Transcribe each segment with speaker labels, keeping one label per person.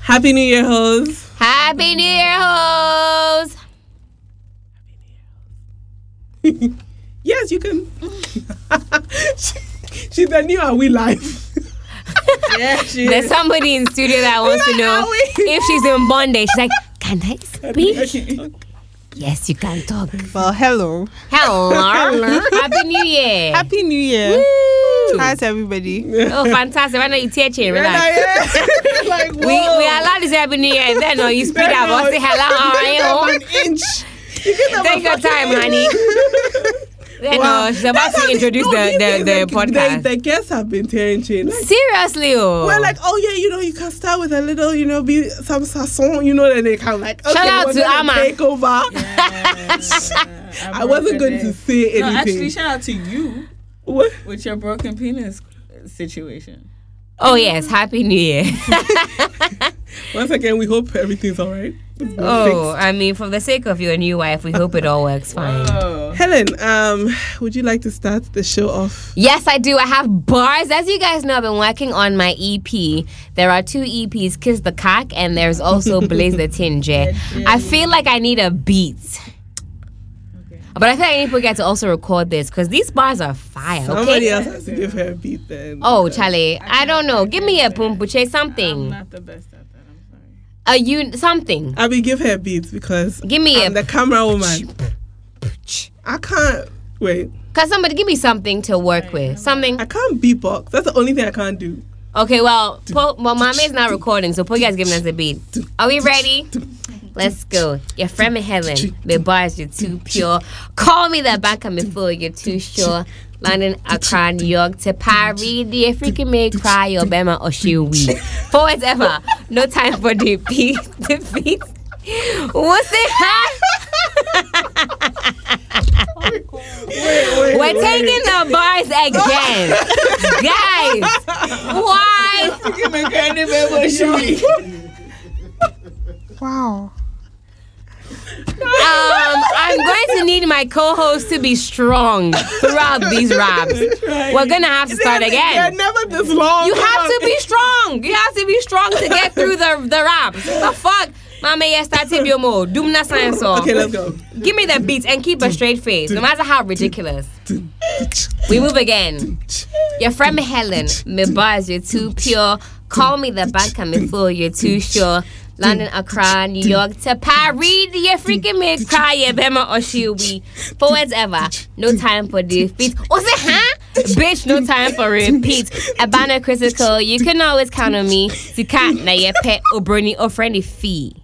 Speaker 1: Happy New Year, hoes.
Speaker 2: Happy New Year, hoes!
Speaker 1: Yes, you can. she, she's the new Are We Live?
Speaker 3: Yeah, she
Speaker 2: There's somebody in studio that wants to know if she's in Bondi. She's like, can I speak? Yes, you can talk.
Speaker 3: Well, hello.
Speaker 2: Hello. Happy New Year.
Speaker 3: Happy New Year.
Speaker 2: Woo.
Speaker 3: How's everybody?
Speaker 2: Oh, fantastic. Why not you teach it? Relax.
Speaker 1: like,
Speaker 2: We, we allowed to say Happy New Year and then oh, you speed up. I'll say hello. How are you?
Speaker 1: an inch. You give them
Speaker 2: Take
Speaker 1: a
Speaker 2: your time,
Speaker 1: fucking
Speaker 2: honey.
Speaker 1: inch.
Speaker 2: Then
Speaker 1: Wow.
Speaker 2: oh, she's about
Speaker 1: That's how
Speaker 2: to
Speaker 1: they-
Speaker 2: introduce
Speaker 1: no, these
Speaker 2: the,
Speaker 1: days,
Speaker 2: the, the, podcast.
Speaker 1: The, the guests have been tearing chin. Like,
Speaker 2: Seriously, oh.
Speaker 1: We're like, oh yeah, you know, you can start with a little, you know, be some sasson, you know, then they can like, okay,
Speaker 2: Shout out
Speaker 1: we're
Speaker 2: to
Speaker 1: gonna
Speaker 2: Amma.
Speaker 1: take over. I wasn't going to say anything.
Speaker 4: No, actually, shout out to you
Speaker 1: What?
Speaker 4: with your broken penis situation.
Speaker 2: oh, yes. Happy New Year.
Speaker 1: Once again, we hope everything's all right. It's been
Speaker 2: oh, I mean, for the sake of your new wife, we hope it all works fine.
Speaker 4: Oh,
Speaker 1: fixed. Helen, um, would you like to start the show off?
Speaker 2: Yes, I do. I have bars. As you guys know, I've been working on my EP. There are two EPs, Kiss the Cock, and there's also Blaze the Tinge. I feel like I need a beat. But I feel like I need people to also record this because these bars are fire.
Speaker 1: Somebody
Speaker 2: Okay.
Speaker 1: else has to give her a beat then.
Speaker 2: Oh, Charlie, I don't know. Give me a pumpuche,
Speaker 4: I'm
Speaker 2: something.
Speaker 4: not the best at that. I'm sorry.
Speaker 2: A you something.
Speaker 1: Abby, give her a beat because
Speaker 2: Give me
Speaker 1: I'm
Speaker 2: a
Speaker 1: the camera woman. I can't wait.
Speaker 2: cause somebody give me something to work with. Something.
Speaker 1: I can't beatbox. That's the only thing I can't do.
Speaker 2: Okay, well, po, well, Mama is not recording, so Pogi has given us a beat. Are we ready? Let's go. Your friend Helen, the bars you're too pure. Call me the bank I'm full, you're too sure. London, Accra, New York to Paris, the freaking may cry, your Bema or she wee. Forwards ever, no time for defeat. defeat. What's it?
Speaker 1: Wait,
Speaker 2: We're
Speaker 1: wait.
Speaker 2: taking the bars again, guys. Why?
Speaker 3: Wow.
Speaker 2: Um, I'm going to need my co-host to be strong throughout these raps. We're gonna have to start
Speaker 1: They're
Speaker 2: again.
Speaker 1: never this long.
Speaker 2: You have to be strong. You have to be strong to get through the the raps. The fuck, mama, yes, that's it, your mode. Doom na science song.
Speaker 1: Okay, let's go.
Speaker 2: Give me the beats and keep a straight face, no matter how ridiculous. We move again. Your friend Helen, me bars, you're too pure. Call me the bank, I'm a fool, you're too sure. London, Accra, New York to Paris, you freaking me cry, you bema or she'll be. Forwards ever, no time for defeat. Oh, say, huh? Bitch, no time for repeat. Abana critical, you can always count on me. You can't, now your pet, or brony, or friendly fee.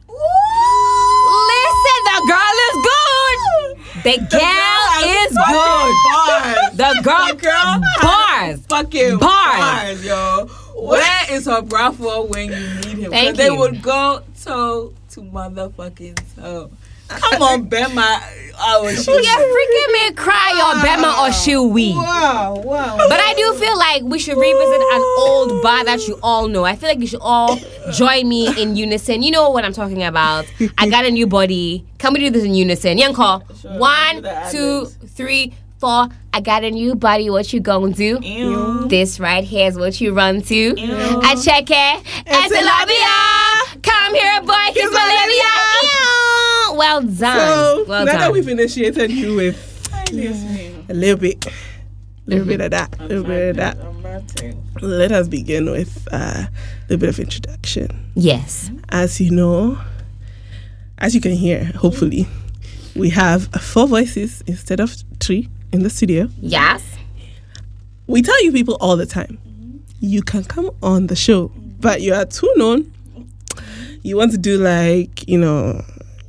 Speaker 2: Listen, the girl is good. The girl is
Speaker 1: Oh,
Speaker 2: good.
Speaker 4: Bars.
Speaker 2: The girl,
Speaker 4: girl
Speaker 2: bars.
Speaker 4: Fucking
Speaker 2: Bars.
Speaker 4: bars. yo. Where is her bra for when you need him? 'Cause
Speaker 2: Thank
Speaker 4: They
Speaker 2: you.
Speaker 4: would go toe to motherfucking toe. Come on, Bema. Oh, she.
Speaker 2: You freaking me cry your Bema or she wee.
Speaker 4: Wow, wow.
Speaker 2: But I do feel like we should revisit an old bar that you all know. I feel like you should all join me in unison. You know what I'm talking about. I got a new body. Can we do this in unison? Young call.
Speaker 4: Sure,
Speaker 2: One,
Speaker 4: do the ad
Speaker 2: two,
Speaker 4: libs.
Speaker 2: three, four. I got a new body. What you gonna do?
Speaker 4: Ew.
Speaker 2: This right here is what you run to. I check it. Ethiopia. Come here, boy. Kiss malaria. Ew. Well done.
Speaker 1: So
Speaker 2: well
Speaker 1: now that
Speaker 2: done.
Speaker 1: we've initiated you with
Speaker 4: Excuse me.
Speaker 1: a little bit, a little bit of that, a little bit of that,
Speaker 4: I'm melting.
Speaker 1: let us begin with uh, a little bit of introduction.
Speaker 2: yes.
Speaker 1: As you know, as you can hear, hopefully, we have four voices instead of three in the studio.
Speaker 2: Yes.
Speaker 1: We tell you people all the time, you can come on the show, but you are too known. You want to do like, you know,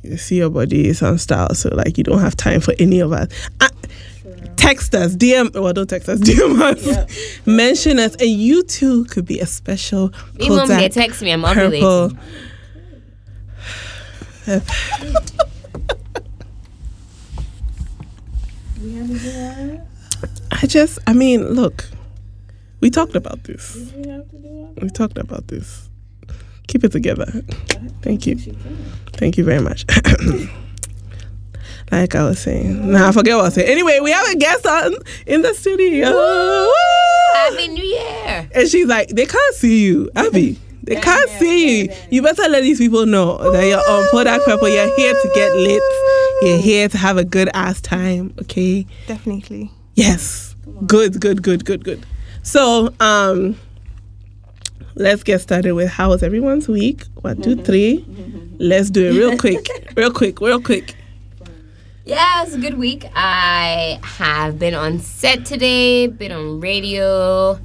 Speaker 1: you see your body, some style, so like you don't have time for any of us. Uh, text us, DM, well, don't text us, DM us, mention us, and you too could be a special
Speaker 2: Even when they
Speaker 1: Kodak
Speaker 2: text me, I'm ovulating.
Speaker 1: purple. I just, I mean, look, we talked about this.
Speaker 4: We have to do
Speaker 1: We talked about this. Keep it together. Thank you. Thank you very much. like I was saying. Nah, I forget what I was saying. Anyway, we have a guest on in the studio.
Speaker 2: Happy New Year.
Speaker 1: And she's like, they can't see you, Abby. They can't see you. You better let these people know that you're on Product Purple. You're here to get lit. You're here to have a good ass time. Okay.
Speaker 3: Definitely.
Speaker 1: Yes. Good, good, good, good, good. So, um, let's get started with how was everyone's week? One, two, three. Let's do it real quick, real quick, real quick.
Speaker 2: Yeah, it was a good week. I have been on set today, been on radio.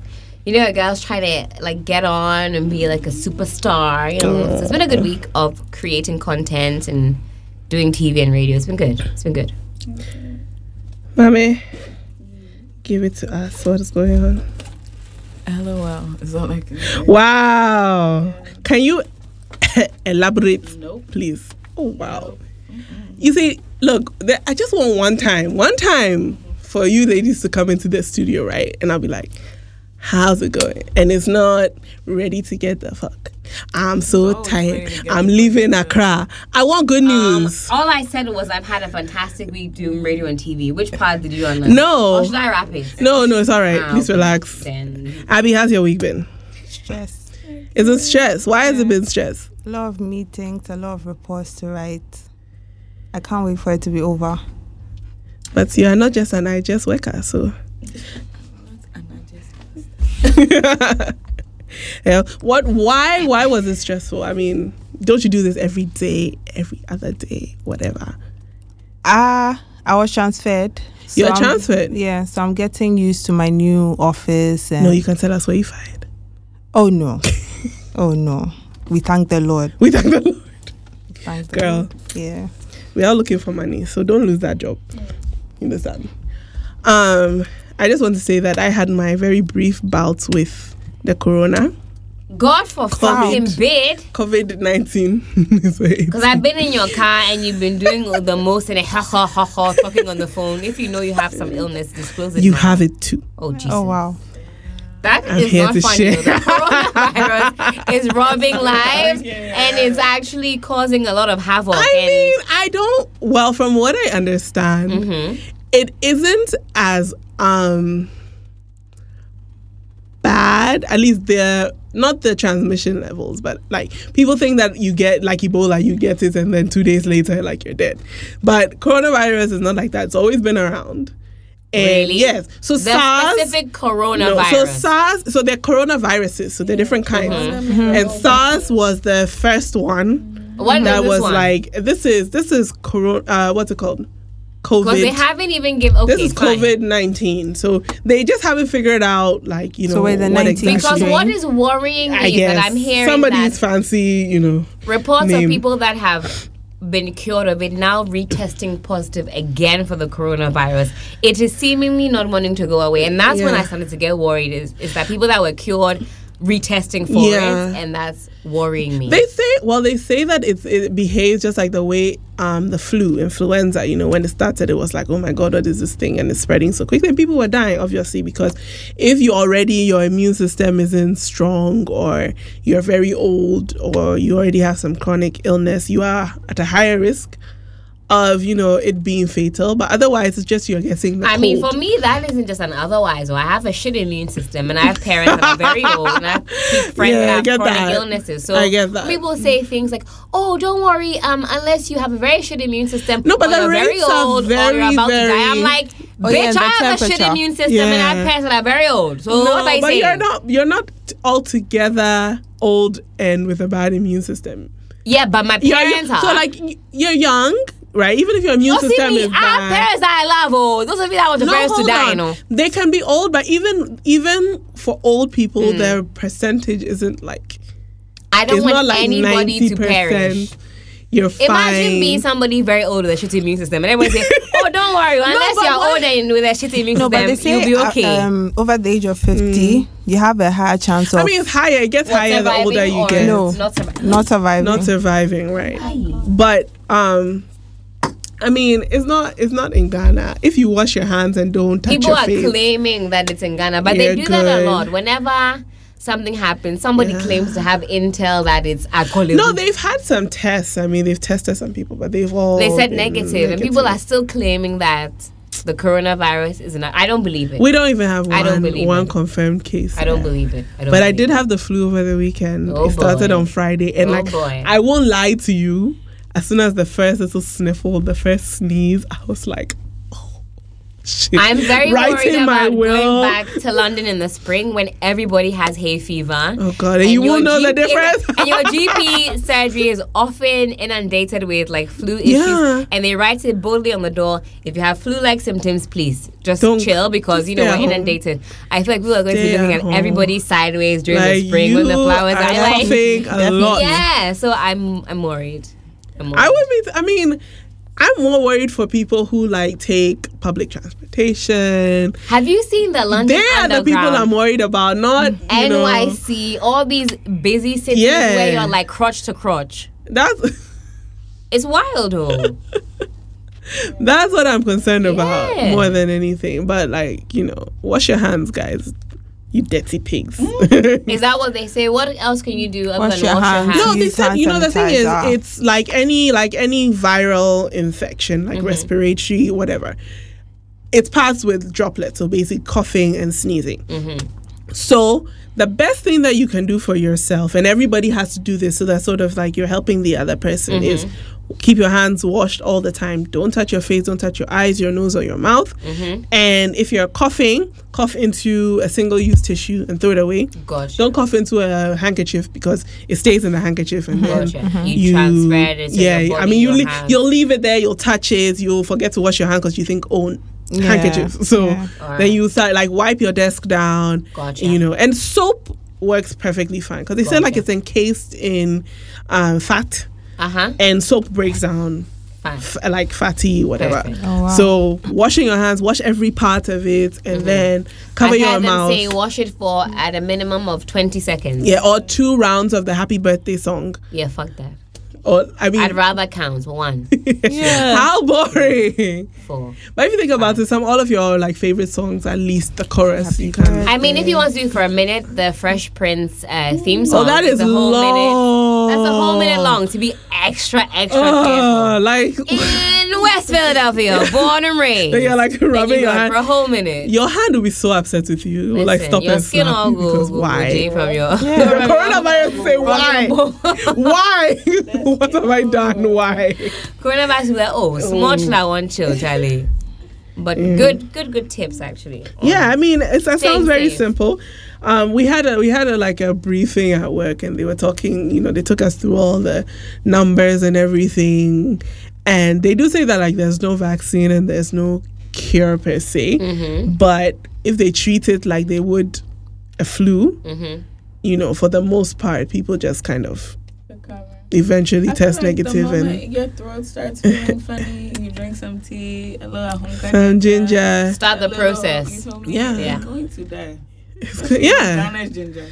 Speaker 2: You know, girls try to like get on and be like a superstar. You know, so it's been a good week of creating content and doing TV and radio. It's been good. It's been good.
Speaker 1: Mommy, give it to us. What is going on?
Speaker 4: LOL. It's all like
Speaker 1: Wow. Can you elaborate,
Speaker 4: nope.
Speaker 1: please? Oh, wow. You see, look, the- I just want one time, one time for you ladies to come into the studio, right? And I'll be like, how's it going? And it's not ready to get the fuck. I'm so
Speaker 4: Oh, it's
Speaker 1: tired.
Speaker 4: ready to get
Speaker 1: I'm
Speaker 4: the fuck Um,
Speaker 1: leaving Accra. I want good news.
Speaker 2: All I said was I've had a fantastic week doing radio and TV. Which part did you unlearn?
Speaker 1: No.
Speaker 2: Or should I rap it?
Speaker 1: no, no, it's all right.
Speaker 2: Ah,
Speaker 1: Please
Speaker 2: okay.
Speaker 1: relax.
Speaker 2: Then.
Speaker 1: Abby, how's your week been?
Speaker 3: Stress.
Speaker 1: Is it stress? Why has it been stress?
Speaker 3: A lot of meetings, a lot of reports to write. I can't wait for it to be over.
Speaker 1: But you are not just an I just worker, so.
Speaker 4: And I just
Speaker 1: yeah. What? Why? Why was it stressful? I mean, don't you do this every day, every other day, whatever?
Speaker 3: Ah, I was transferred. So
Speaker 1: You were
Speaker 3: I'm-
Speaker 1: transferred?
Speaker 3: Yeah, so I'm getting used to my new office. And
Speaker 1: No, you can tell us where you fired.
Speaker 3: oh no, oh no. We thank the Lord.
Speaker 1: We thank the Lord.
Speaker 3: Thank the
Speaker 1: Girl.
Speaker 3: Lord. Yeah.
Speaker 1: We are looking for money, so don't lose that job. You understand? Um, I just want to say that I had my very brief bout with the corona,
Speaker 2: God for fucking bid.
Speaker 1: COVID nineteen. Because
Speaker 2: Because I've been in your car and you've been doing the most and a ha ha ha ha talking on the phone. If you know you have some illness, disclose it.
Speaker 1: you
Speaker 2: now.
Speaker 1: have it too.
Speaker 2: Oh, Jesus.
Speaker 3: Oh wow.
Speaker 2: That
Speaker 1: I'm
Speaker 2: is
Speaker 1: here
Speaker 2: not
Speaker 1: to
Speaker 2: funny.
Speaker 1: share.
Speaker 2: though. The coronavirus is robbing lives and it's actually causing a lot of havoc.
Speaker 1: I
Speaker 2: and
Speaker 1: mean, I don't. Well, from what I understand,
Speaker 2: Mm-hmm.
Speaker 1: it isn't as um bad. At least the not the transmission levels, but like people think that you get like Ebola, you get it, and then two days later, like you're dead. But coronavirus is not like that. It's always been around. And
Speaker 2: Really?
Speaker 1: yes, so
Speaker 2: the
Speaker 1: SARS.
Speaker 2: specific
Speaker 1: No,
Speaker 2: coronavirus.
Speaker 1: so SARS, so they're coronaviruses, so they're different kinds.
Speaker 2: Mm-hmm.
Speaker 1: And SARS was the first one
Speaker 2: what
Speaker 1: that
Speaker 2: this
Speaker 1: was
Speaker 2: one?
Speaker 1: like this is this is corona uh, what's it called
Speaker 2: Because they
Speaker 1: covid
Speaker 2: haven't even given. Okay,
Speaker 1: this is
Speaker 2: fine.
Speaker 1: covid-19 so they just haven't figured out like you know
Speaker 3: So we're the
Speaker 1: what
Speaker 3: 19th
Speaker 1: exactly
Speaker 2: Because
Speaker 3: Actually,
Speaker 2: what is worrying me
Speaker 1: i
Speaker 2: is
Speaker 1: guess
Speaker 2: that I'm hearing that
Speaker 1: somebody's fancy you know
Speaker 2: Reports
Speaker 1: name.
Speaker 2: of people that have been cured of it now retesting positive again for the coronavirus. It is seemingly not wanting to go away, and that's when
Speaker 1: Yeah.
Speaker 2: I started to get worried. Is is that people that were cured retesting for
Speaker 1: Yeah.
Speaker 2: it, and that's worrying me.
Speaker 1: they say well they say that it's, it behaves just like the way um, the flu influenza you know when it started it was like oh my god what is this thing and it's spreading so quickly and people were dying obviously because if you already your immune system isn't strong or you're very old or you already have some chronic illness you are at a higher risk of you know it being fatal but otherwise it's just you're getting the
Speaker 2: I mean,
Speaker 1: cold.
Speaker 2: for me, that isn't just an otherwise. Or I have a shit immune system, and I have parents that are very old, and I have pe- friends
Speaker 1: Yeah, I
Speaker 2: that have
Speaker 1: get
Speaker 2: chronic
Speaker 1: that.
Speaker 2: illnesses. So
Speaker 1: I get that.
Speaker 2: people say things like, "Oh, don't worry, um, unless you have a very shit immune system,
Speaker 1: No, but
Speaker 2: or
Speaker 1: the
Speaker 2: you're very
Speaker 1: rates are
Speaker 2: old, or
Speaker 1: very,
Speaker 2: you're about to die."
Speaker 1: very-
Speaker 2: I'm like,
Speaker 3: Oh, yeah,
Speaker 2: "Bitch,
Speaker 3: the
Speaker 2: I have a shit
Speaker 3: temperature.
Speaker 2: immune system, and I
Speaker 1: Yeah.
Speaker 2: have parents that are very old." So
Speaker 1: no,
Speaker 2: what are you
Speaker 1: but
Speaker 2: saying?
Speaker 1: you're not you're not altogether old and with a bad immune system
Speaker 2: yeah, but my
Speaker 1: Yeah, you-
Speaker 2: parents are.
Speaker 1: So like y- you're young, right? Even if your immune
Speaker 2: Don't see
Speaker 1: system
Speaker 2: me.
Speaker 1: is
Speaker 2: I have
Speaker 1: bad.
Speaker 2: parents that I love. Oh, those of you that want your parents to
Speaker 1: hold
Speaker 2: die, you
Speaker 1: on.
Speaker 2: know.
Speaker 1: They can be old, but even even for old people, their percentage isn't like
Speaker 2: I don't
Speaker 1: it's
Speaker 2: Mm.
Speaker 1: not
Speaker 2: want
Speaker 1: like
Speaker 2: anybody
Speaker 1: ninety
Speaker 2: to perish.
Speaker 1: percent. You're fine.
Speaker 2: Imagine being somebody very old with a shitty immune system, and everyone say, "Oh, don't worry, unless
Speaker 1: but
Speaker 2: you're
Speaker 1: why-
Speaker 2: old and with a shitty immune
Speaker 3: No,
Speaker 2: system,
Speaker 3: but they say
Speaker 2: you'll be
Speaker 3: uh,
Speaker 2: okay."
Speaker 3: um, over the age of 50, you have a higher chance of
Speaker 1: I mean, it's higher. It gets
Speaker 2: Not
Speaker 1: higher the older
Speaker 2: surviving
Speaker 1: you
Speaker 2: or
Speaker 1: get.
Speaker 3: No.
Speaker 2: not surviving.
Speaker 3: not surviving.
Speaker 1: not surviving, right? But um. I mean, it's not it's not in Ghana. If you wash your hands and don't touch
Speaker 2: People
Speaker 1: your
Speaker 2: are
Speaker 1: face,
Speaker 2: claiming that it's in Ghana, but
Speaker 1: You're
Speaker 2: they do that a
Speaker 1: good.
Speaker 2: lot. Whenever something happens, somebody claims to have intel that it's alcohol.
Speaker 1: no, they've had some tests. I mean, they've tested some people, but they've all
Speaker 2: They said
Speaker 1: been
Speaker 2: negative, and people are still claiming that the coronavirus is not. I don't believe it.
Speaker 1: We don't even have
Speaker 2: I don't
Speaker 1: one,
Speaker 2: believe
Speaker 1: one
Speaker 2: it.
Speaker 1: confirmed case.
Speaker 2: I don't believe it. I don't
Speaker 1: But I
Speaker 2: believe
Speaker 1: did have the flu over the weekend.
Speaker 2: Oh,
Speaker 1: it started
Speaker 2: boy.
Speaker 1: on Friday, and
Speaker 2: Oh,
Speaker 1: like
Speaker 2: boy.
Speaker 1: I won't lie to you, as soon as the first little sniffle, the first sneeze, I was like, oh shit.
Speaker 2: It. I'm very worried
Speaker 1: Writing
Speaker 2: about
Speaker 1: my will.
Speaker 2: going back to London in the spring when everybody has hay fever.
Speaker 1: Oh god, and, you
Speaker 2: your
Speaker 1: won't know the
Speaker 2: GP
Speaker 1: difference.
Speaker 2: and your GP surgery is often inundated with like flu issues,
Speaker 1: Yeah.
Speaker 2: and they write it boldly on the door: if you have flu-like symptoms, please just
Speaker 1: Don't-
Speaker 2: chill because you know
Speaker 1: stay at
Speaker 2: we're
Speaker 1: home.
Speaker 2: inundated. I feel like people are going
Speaker 1: Stay
Speaker 2: to be looking
Speaker 1: at
Speaker 2: at
Speaker 1: home.
Speaker 2: everybody sideways during
Speaker 1: like
Speaker 2: the spring
Speaker 1: you
Speaker 2: when the flowers
Speaker 1: are
Speaker 2: are like.
Speaker 1: coughing a
Speaker 3: Definitely.
Speaker 1: lot.
Speaker 2: Yeah, so I'm I'm worried. I'm worried.
Speaker 1: I would be. I mean, I'm more worried for people who like take public transportation.
Speaker 2: Have you seen the London
Speaker 1: They are the people I'm
Speaker 2: Underground?
Speaker 1: worried about, not you know,
Speaker 2: NYC, all these busy cities
Speaker 1: Yeah.
Speaker 2: where you're like crotch to crotch.
Speaker 1: That's
Speaker 2: It's wild, though.
Speaker 1: that's what I'm concerned about
Speaker 2: Yeah.
Speaker 1: more than anything. But like you know, wash your hands, guys. You dirty pigs.
Speaker 2: Is that what they say? What else can you do other
Speaker 3: Wash
Speaker 2: than
Speaker 3: your
Speaker 2: wash
Speaker 3: hands.
Speaker 2: your
Speaker 1: no,
Speaker 2: hands?
Speaker 1: they
Speaker 3: Use
Speaker 1: said
Speaker 3: hand
Speaker 1: you know the thing is
Speaker 3: sanitizer.
Speaker 1: it's like any like any viral infection, like
Speaker 3: Mm-hmm.
Speaker 1: respiratory, whatever. It's passed with droplets, so basically coughing and sneezing.
Speaker 3: Mm-hmm.
Speaker 1: So the best thing that you can do for yourself, and everybody has to do this, so that sort of like you're helping the other person,
Speaker 3: Mm-hmm.
Speaker 1: is keep your hands washed all the time. Don't touch your face, don't touch your eyes, your nose, or your mouth.
Speaker 3: Mm-hmm.
Speaker 1: And if you're coughing, cough into a single-use tissue and throw it away.
Speaker 2: Gosh.
Speaker 1: Don't cough into a handkerchief because it stays in the handkerchief and then
Speaker 2: Mm-hmm. Gotcha. You transfer it into
Speaker 1: yeah,
Speaker 2: your body,
Speaker 1: I mean, you
Speaker 2: your
Speaker 1: leave,
Speaker 2: hands.
Speaker 1: you'll leave it there. You'll touch it. You'll forget to wash your hand because you think oh handkerchiefs. So
Speaker 3: yeah.
Speaker 1: then you start like wipe your desk down.
Speaker 2: Gotcha.
Speaker 1: You know, and soap works perfectly fine because they say like
Speaker 2: Gotcha.
Speaker 1: it's encased in um, fat,
Speaker 2: Uh huh.
Speaker 1: and soap breaks down
Speaker 2: Fine.
Speaker 1: f- like fatty whatever.
Speaker 2: Perfect.
Speaker 3: Oh, wow.
Speaker 1: So washing your hands, wash every part of it, and then cover
Speaker 2: I
Speaker 1: your
Speaker 2: heard Mm-hmm. them
Speaker 1: mouth.
Speaker 2: say wash it for at a minimum of 20 seconds.
Speaker 1: yeah, or two rounds of the happy birthday song.
Speaker 2: Yeah, fuck that.
Speaker 1: Or I mean,
Speaker 2: I'd rather count one,
Speaker 1: How boring!
Speaker 2: four.
Speaker 1: But if you think about it, some all of your like favorite songs, at least the chorus you
Speaker 3: Happy
Speaker 1: can.
Speaker 3: birthday.
Speaker 2: I mean, if you want to do for a minute, the Fresh Prince uh, theme
Speaker 1: Oh,
Speaker 2: song.
Speaker 1: that is
Speaker 2: a whole minute.
Speaker 1: long.
Speaker 2: That's a whole minute long to be extra, extra careful.
Speaker 1: Oh, like
Speaker 2: In West Philadelphia, born and raised.
Speaker 1: you're like
Speaker 2: Then
Speaker 1: rubbing
Speaker 2: you
Speaker 1: your
Speaker 2: go for
Speaker 1: hand.
Speaker 2: a whole minute.
Speaker 1: Your hand will be so upset with you. It will, like
Speaker 2: Listen,
Speaker 1: stop
Speaker 2: your
Speaker 1: and
Speaker 2: skin
Speaker 1: slap
Speaker 2: all
Speaker 1: you
Speaker 2: go,
Speaker 1: because
Speaker 2: go-
Speaker 1: why?
Speaker 2: go from your.
Speaker 1: The coronavirus will say why? why? what have I done? Why?
Speaker 2: Coronavirus, we're oh, small child, one chill, Charlie. But good, good, good tips actually.
Speaker 1: Mm. Yeah, I mean, it's, that
Speaker 2: Staying
Speaker 1: sounds very
Speaker 2: safe.
Speaker 1: simple. Um, we had a we had a like a briefing at work, and they were talking. You know, they took us through all the numbers and everything, and they do say that like there's no vaccine and there's no cure per se,
Speaker 2: Mm-hmm.
Speaker 1: but if they treat it like they would a flu,
Speaker 2: Mm-hmm.
Speaker 1: you know, for the most part, people just kind of eventually test negative and
Speaker 4: your throat starts feeling funny. You drink some tea, a little honka
Speaker 1: some ginger.
Speaker 2: Start the
Speaker 4: a little- you
Speaker 2: process.
Speaker 4: feel me?
Speaker 1: Yeah.
Speaker 4: You're going to die.
Speaker 1: yeah,
Speaker 4: Down as ginger.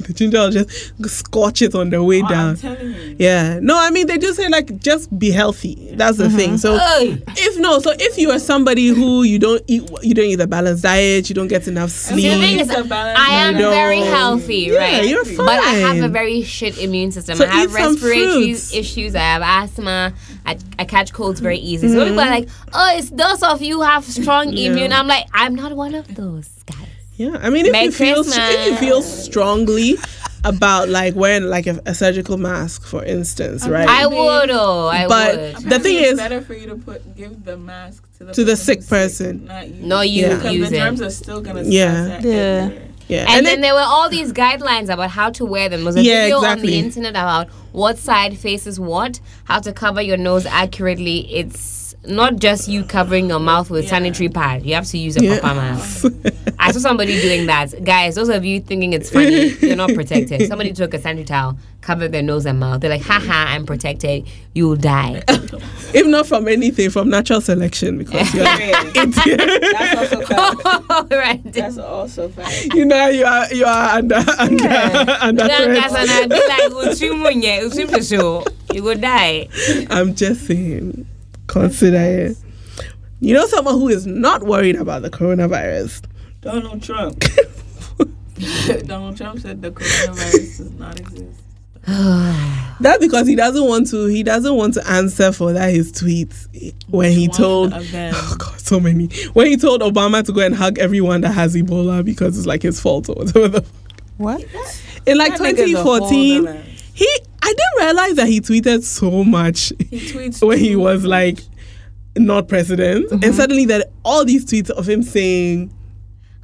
Speaker 1: the ginger will just scorch it on the way
Speaker 4: Oh,
Speaker 1: down.
Speaker 4: I'm telling you.
Speaker 1: Yeah. No, I mean they do say like just be healthy. That's the
Speaker 2: Mm-hmm.
Speaker 1: thing. So
Speaker 2: Oy.
Speaker 1: if no, so if you are somebody who you don't eat, you don't eat a balanced diet, you don't get enough
Speaker 2: See, the thing
Speaker 1: sleep.
Speaker 2: is,
Speaker 4: It's a balance
Speaker 2: I am
Speaker 1: No.
Speaker 2: very healthy,
Speaker 1: Yeah,
Speaker 2: right?
Speaker 1: you're
Speaker 2: But I have a
Speaker 1: fine.
Speaker 2: very shit immune system.
Speaker 1: So
Speaker 2: I have
Speaker 1: eat some
Speaker 2: respiratory
Speaker 1: fruits.
Speaker 2: issues. I have asthma. I, I catch colds very easy. So
Speaker 1: Mm.
Speaker 2: people are like, oh, it's those of you who have strong immune. I'm like, I'm not one of those guys.
Speaker 1: Yeah. I mean if
Speaker 2: Merry
Speaker 1: you feel if you
Speaker 2: Christmas.
Speaker 1: feel strongly about like wearing like a, a surgical mask, for instance, right?
Speaker 2: I would, oh, I
Speaker 1: But-
Speaker 2: would.
Speaker 1: The thing
Speaker 4: Apparently, it's
Speaker 1: is-
Speaker 4: better for you to put give the mask to the
Speaker 1: To the
Speaker 4: who's
Speaker 1: sick person.
Speaker 4: not you.
Speaker 2: No, you
Speaker 1: Yeah.
Speaker 4: because
Speaker 2: use
Speaker 4: the
Speaker 2: it.
Speaker 4: germs are still gonna.
Speaker 1: Yeah.
Speaker 4: Yeah,
Speaker 3: Yeah.
Speaker 1: yeah.
Speaker 2: And, then there were all these guidelines about how to wear them. There was a
Speaker 1: Yeah,
Speaker 2: video
Speaker 1: exactly.
Speaker 2: on the internet about what side faces what, how to cover your nose accurately. It's not just you covering your mouth with sanitary pad. You have to use a
Speaker 1: Yeah.
Speaker 2: proper mask. I saw somebody doing that. Guys, those of you thinking it's funny, you're not protected. Somebody took a sanitary towel, covered their nose and mouth. They're like, haha, I'm protected. You'll die.
Speaker 1: if not from anything, from natural selection because you're
Speaker 4: That's also fact.
Speaker 2: right.
Speaker 4: That's also fact.
Speaker 1: you know you are you are under under under
Speaker 2: Then
Speaker 1: threat.
Speaker 2: that's when I'd be like, "Uchimunye, uchimusho." You will die.
Speaker 1: I'm just saying, consider it. You know someone who is not worried about the coronavirus.
Speaker 4: Donald Trump. Donald Trump said the coronavirus does not exist.
Speaker 1: That's because he doesn't want to. He doesn't want to answer for that his tweet when he
Speaker 4: One
Speaker 1: told.
Speaker 4: of them.
Speaker 1: Oh God, so many. When he told Obama to go and hug everyone that has Ebola because it's like his fault or whatever. the-
Speaker 3: What?
Speaker 1: In like
Speaker 4: That nigga's a whole
Speaker 1: 2014,
Speaker 4: nother-
Speaker 1: he. I didn't realize that he tweeted so much
Speaker 4: He tweets
Speaker 1: when he
Speaker 4: too
Speaker 1: was
Speaker 4: much.
Speaker 1: like not president, and suddenly that all these tweets of him saying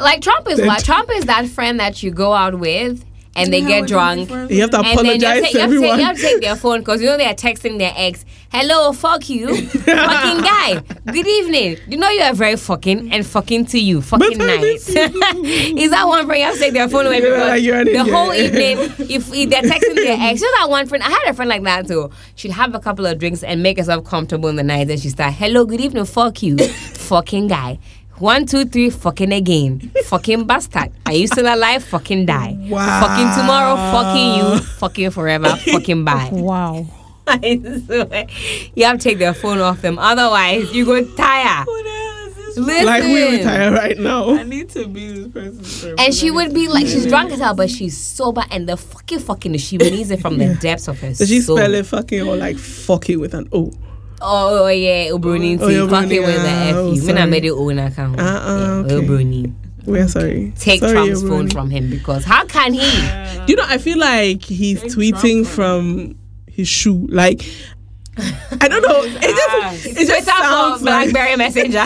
Speaker 2: Like Trump is
Speaker 1: Then-
Speaker 2: what Trump is that friend that you go out with and they
Speaker 4: Yeah,
Speaker 2: get
Speaker 4: with
Speaker 2: drunk.
Speaker 4: different-
Speaker 1: you have to
Speaker 2: And then you
Speaker 1: apologize
Speaker 2: have, to,
Speaker 1: to
Speaker 2: you, have to,
Speaker 1: everyone.
Speaker 2: you have to take their phone because you know they are texting their ex. Hello, fuck you, fucking guy. Good evening. You know you are very fucking and fucking to you. Fucking
Speaker 1: But I miss
Speaker 2: nice. Is that one friend you have to take their phone away
Speaker 1: You're
Speaker 2: because
Speaker 1: like, you're an
Speaker 2: the
Speaker 1: idiot.
Speaker 2: whole evening if, if they're texting their ex? You know that one friend. I had a friend like that too. She'd have a couple of drinks and make herself comfortable in the night. Then she start, hello, good evening, fuck you, fucking guy. One, two, three, fucking again. Fucking bastard. Are you still alive? Fucking die.
Speaker 1: Wow.
Speaker 2: Fucking tomorrow, fucking you, fucking forever, fucking bye.
Speaker 3: Wow.
Speaker 2: I swear. you have to take their phone off them. Otherwise, you go tire.
Speaker 4: Who the hell is this?
Speaker 2: Listen.
Speaker 1: like we retire right now.
Speaker 4: I need to be this person's friend.
Speaker 2: And she would be like, she's drunk as hell, but she's sober, and the fucking fucking she needs it from the depths of her
Speaker 1: Did she
Speaker 2: soul.
Speaker 1: spell it fucking or like fucking with an O?
Speaker 2: Oh, oh, yeah, Obruni.
Speaker 1: Oh, yeah,
Speaker 2: fucking
Speaker 1: Obruni,
Speaker 2: with the
Speaker 1: ah,
Speaker 2: F.
Speaker 1: oh,
Speaker 2: you. When I
Speaker 1: sorry.
Speaker 2: made it own account.
Speaker 1: Ah, ah,
Speaker 2: yeah,
Speaker 1: okay.
Speaker 2: Obruni.
Speaker 1: We are sorry.
Speaker 2: Take
Speaker 1: Sorry,
Speaker 2: Trump's
Speaker 1: everyone.
Speaker 2: phone from him because how can he?
Speaker 1: You know, I feel like he's
Speaker 4: Take
Speaker 1: tweeting
Speaker 4: Trump
Speaker 1: from his shoe. Like, I don't know. It just, it just
Speaker 2: Ah. Twitter for
Speaker 1: sounds like.
Speaker 2: Blackberry Messenger.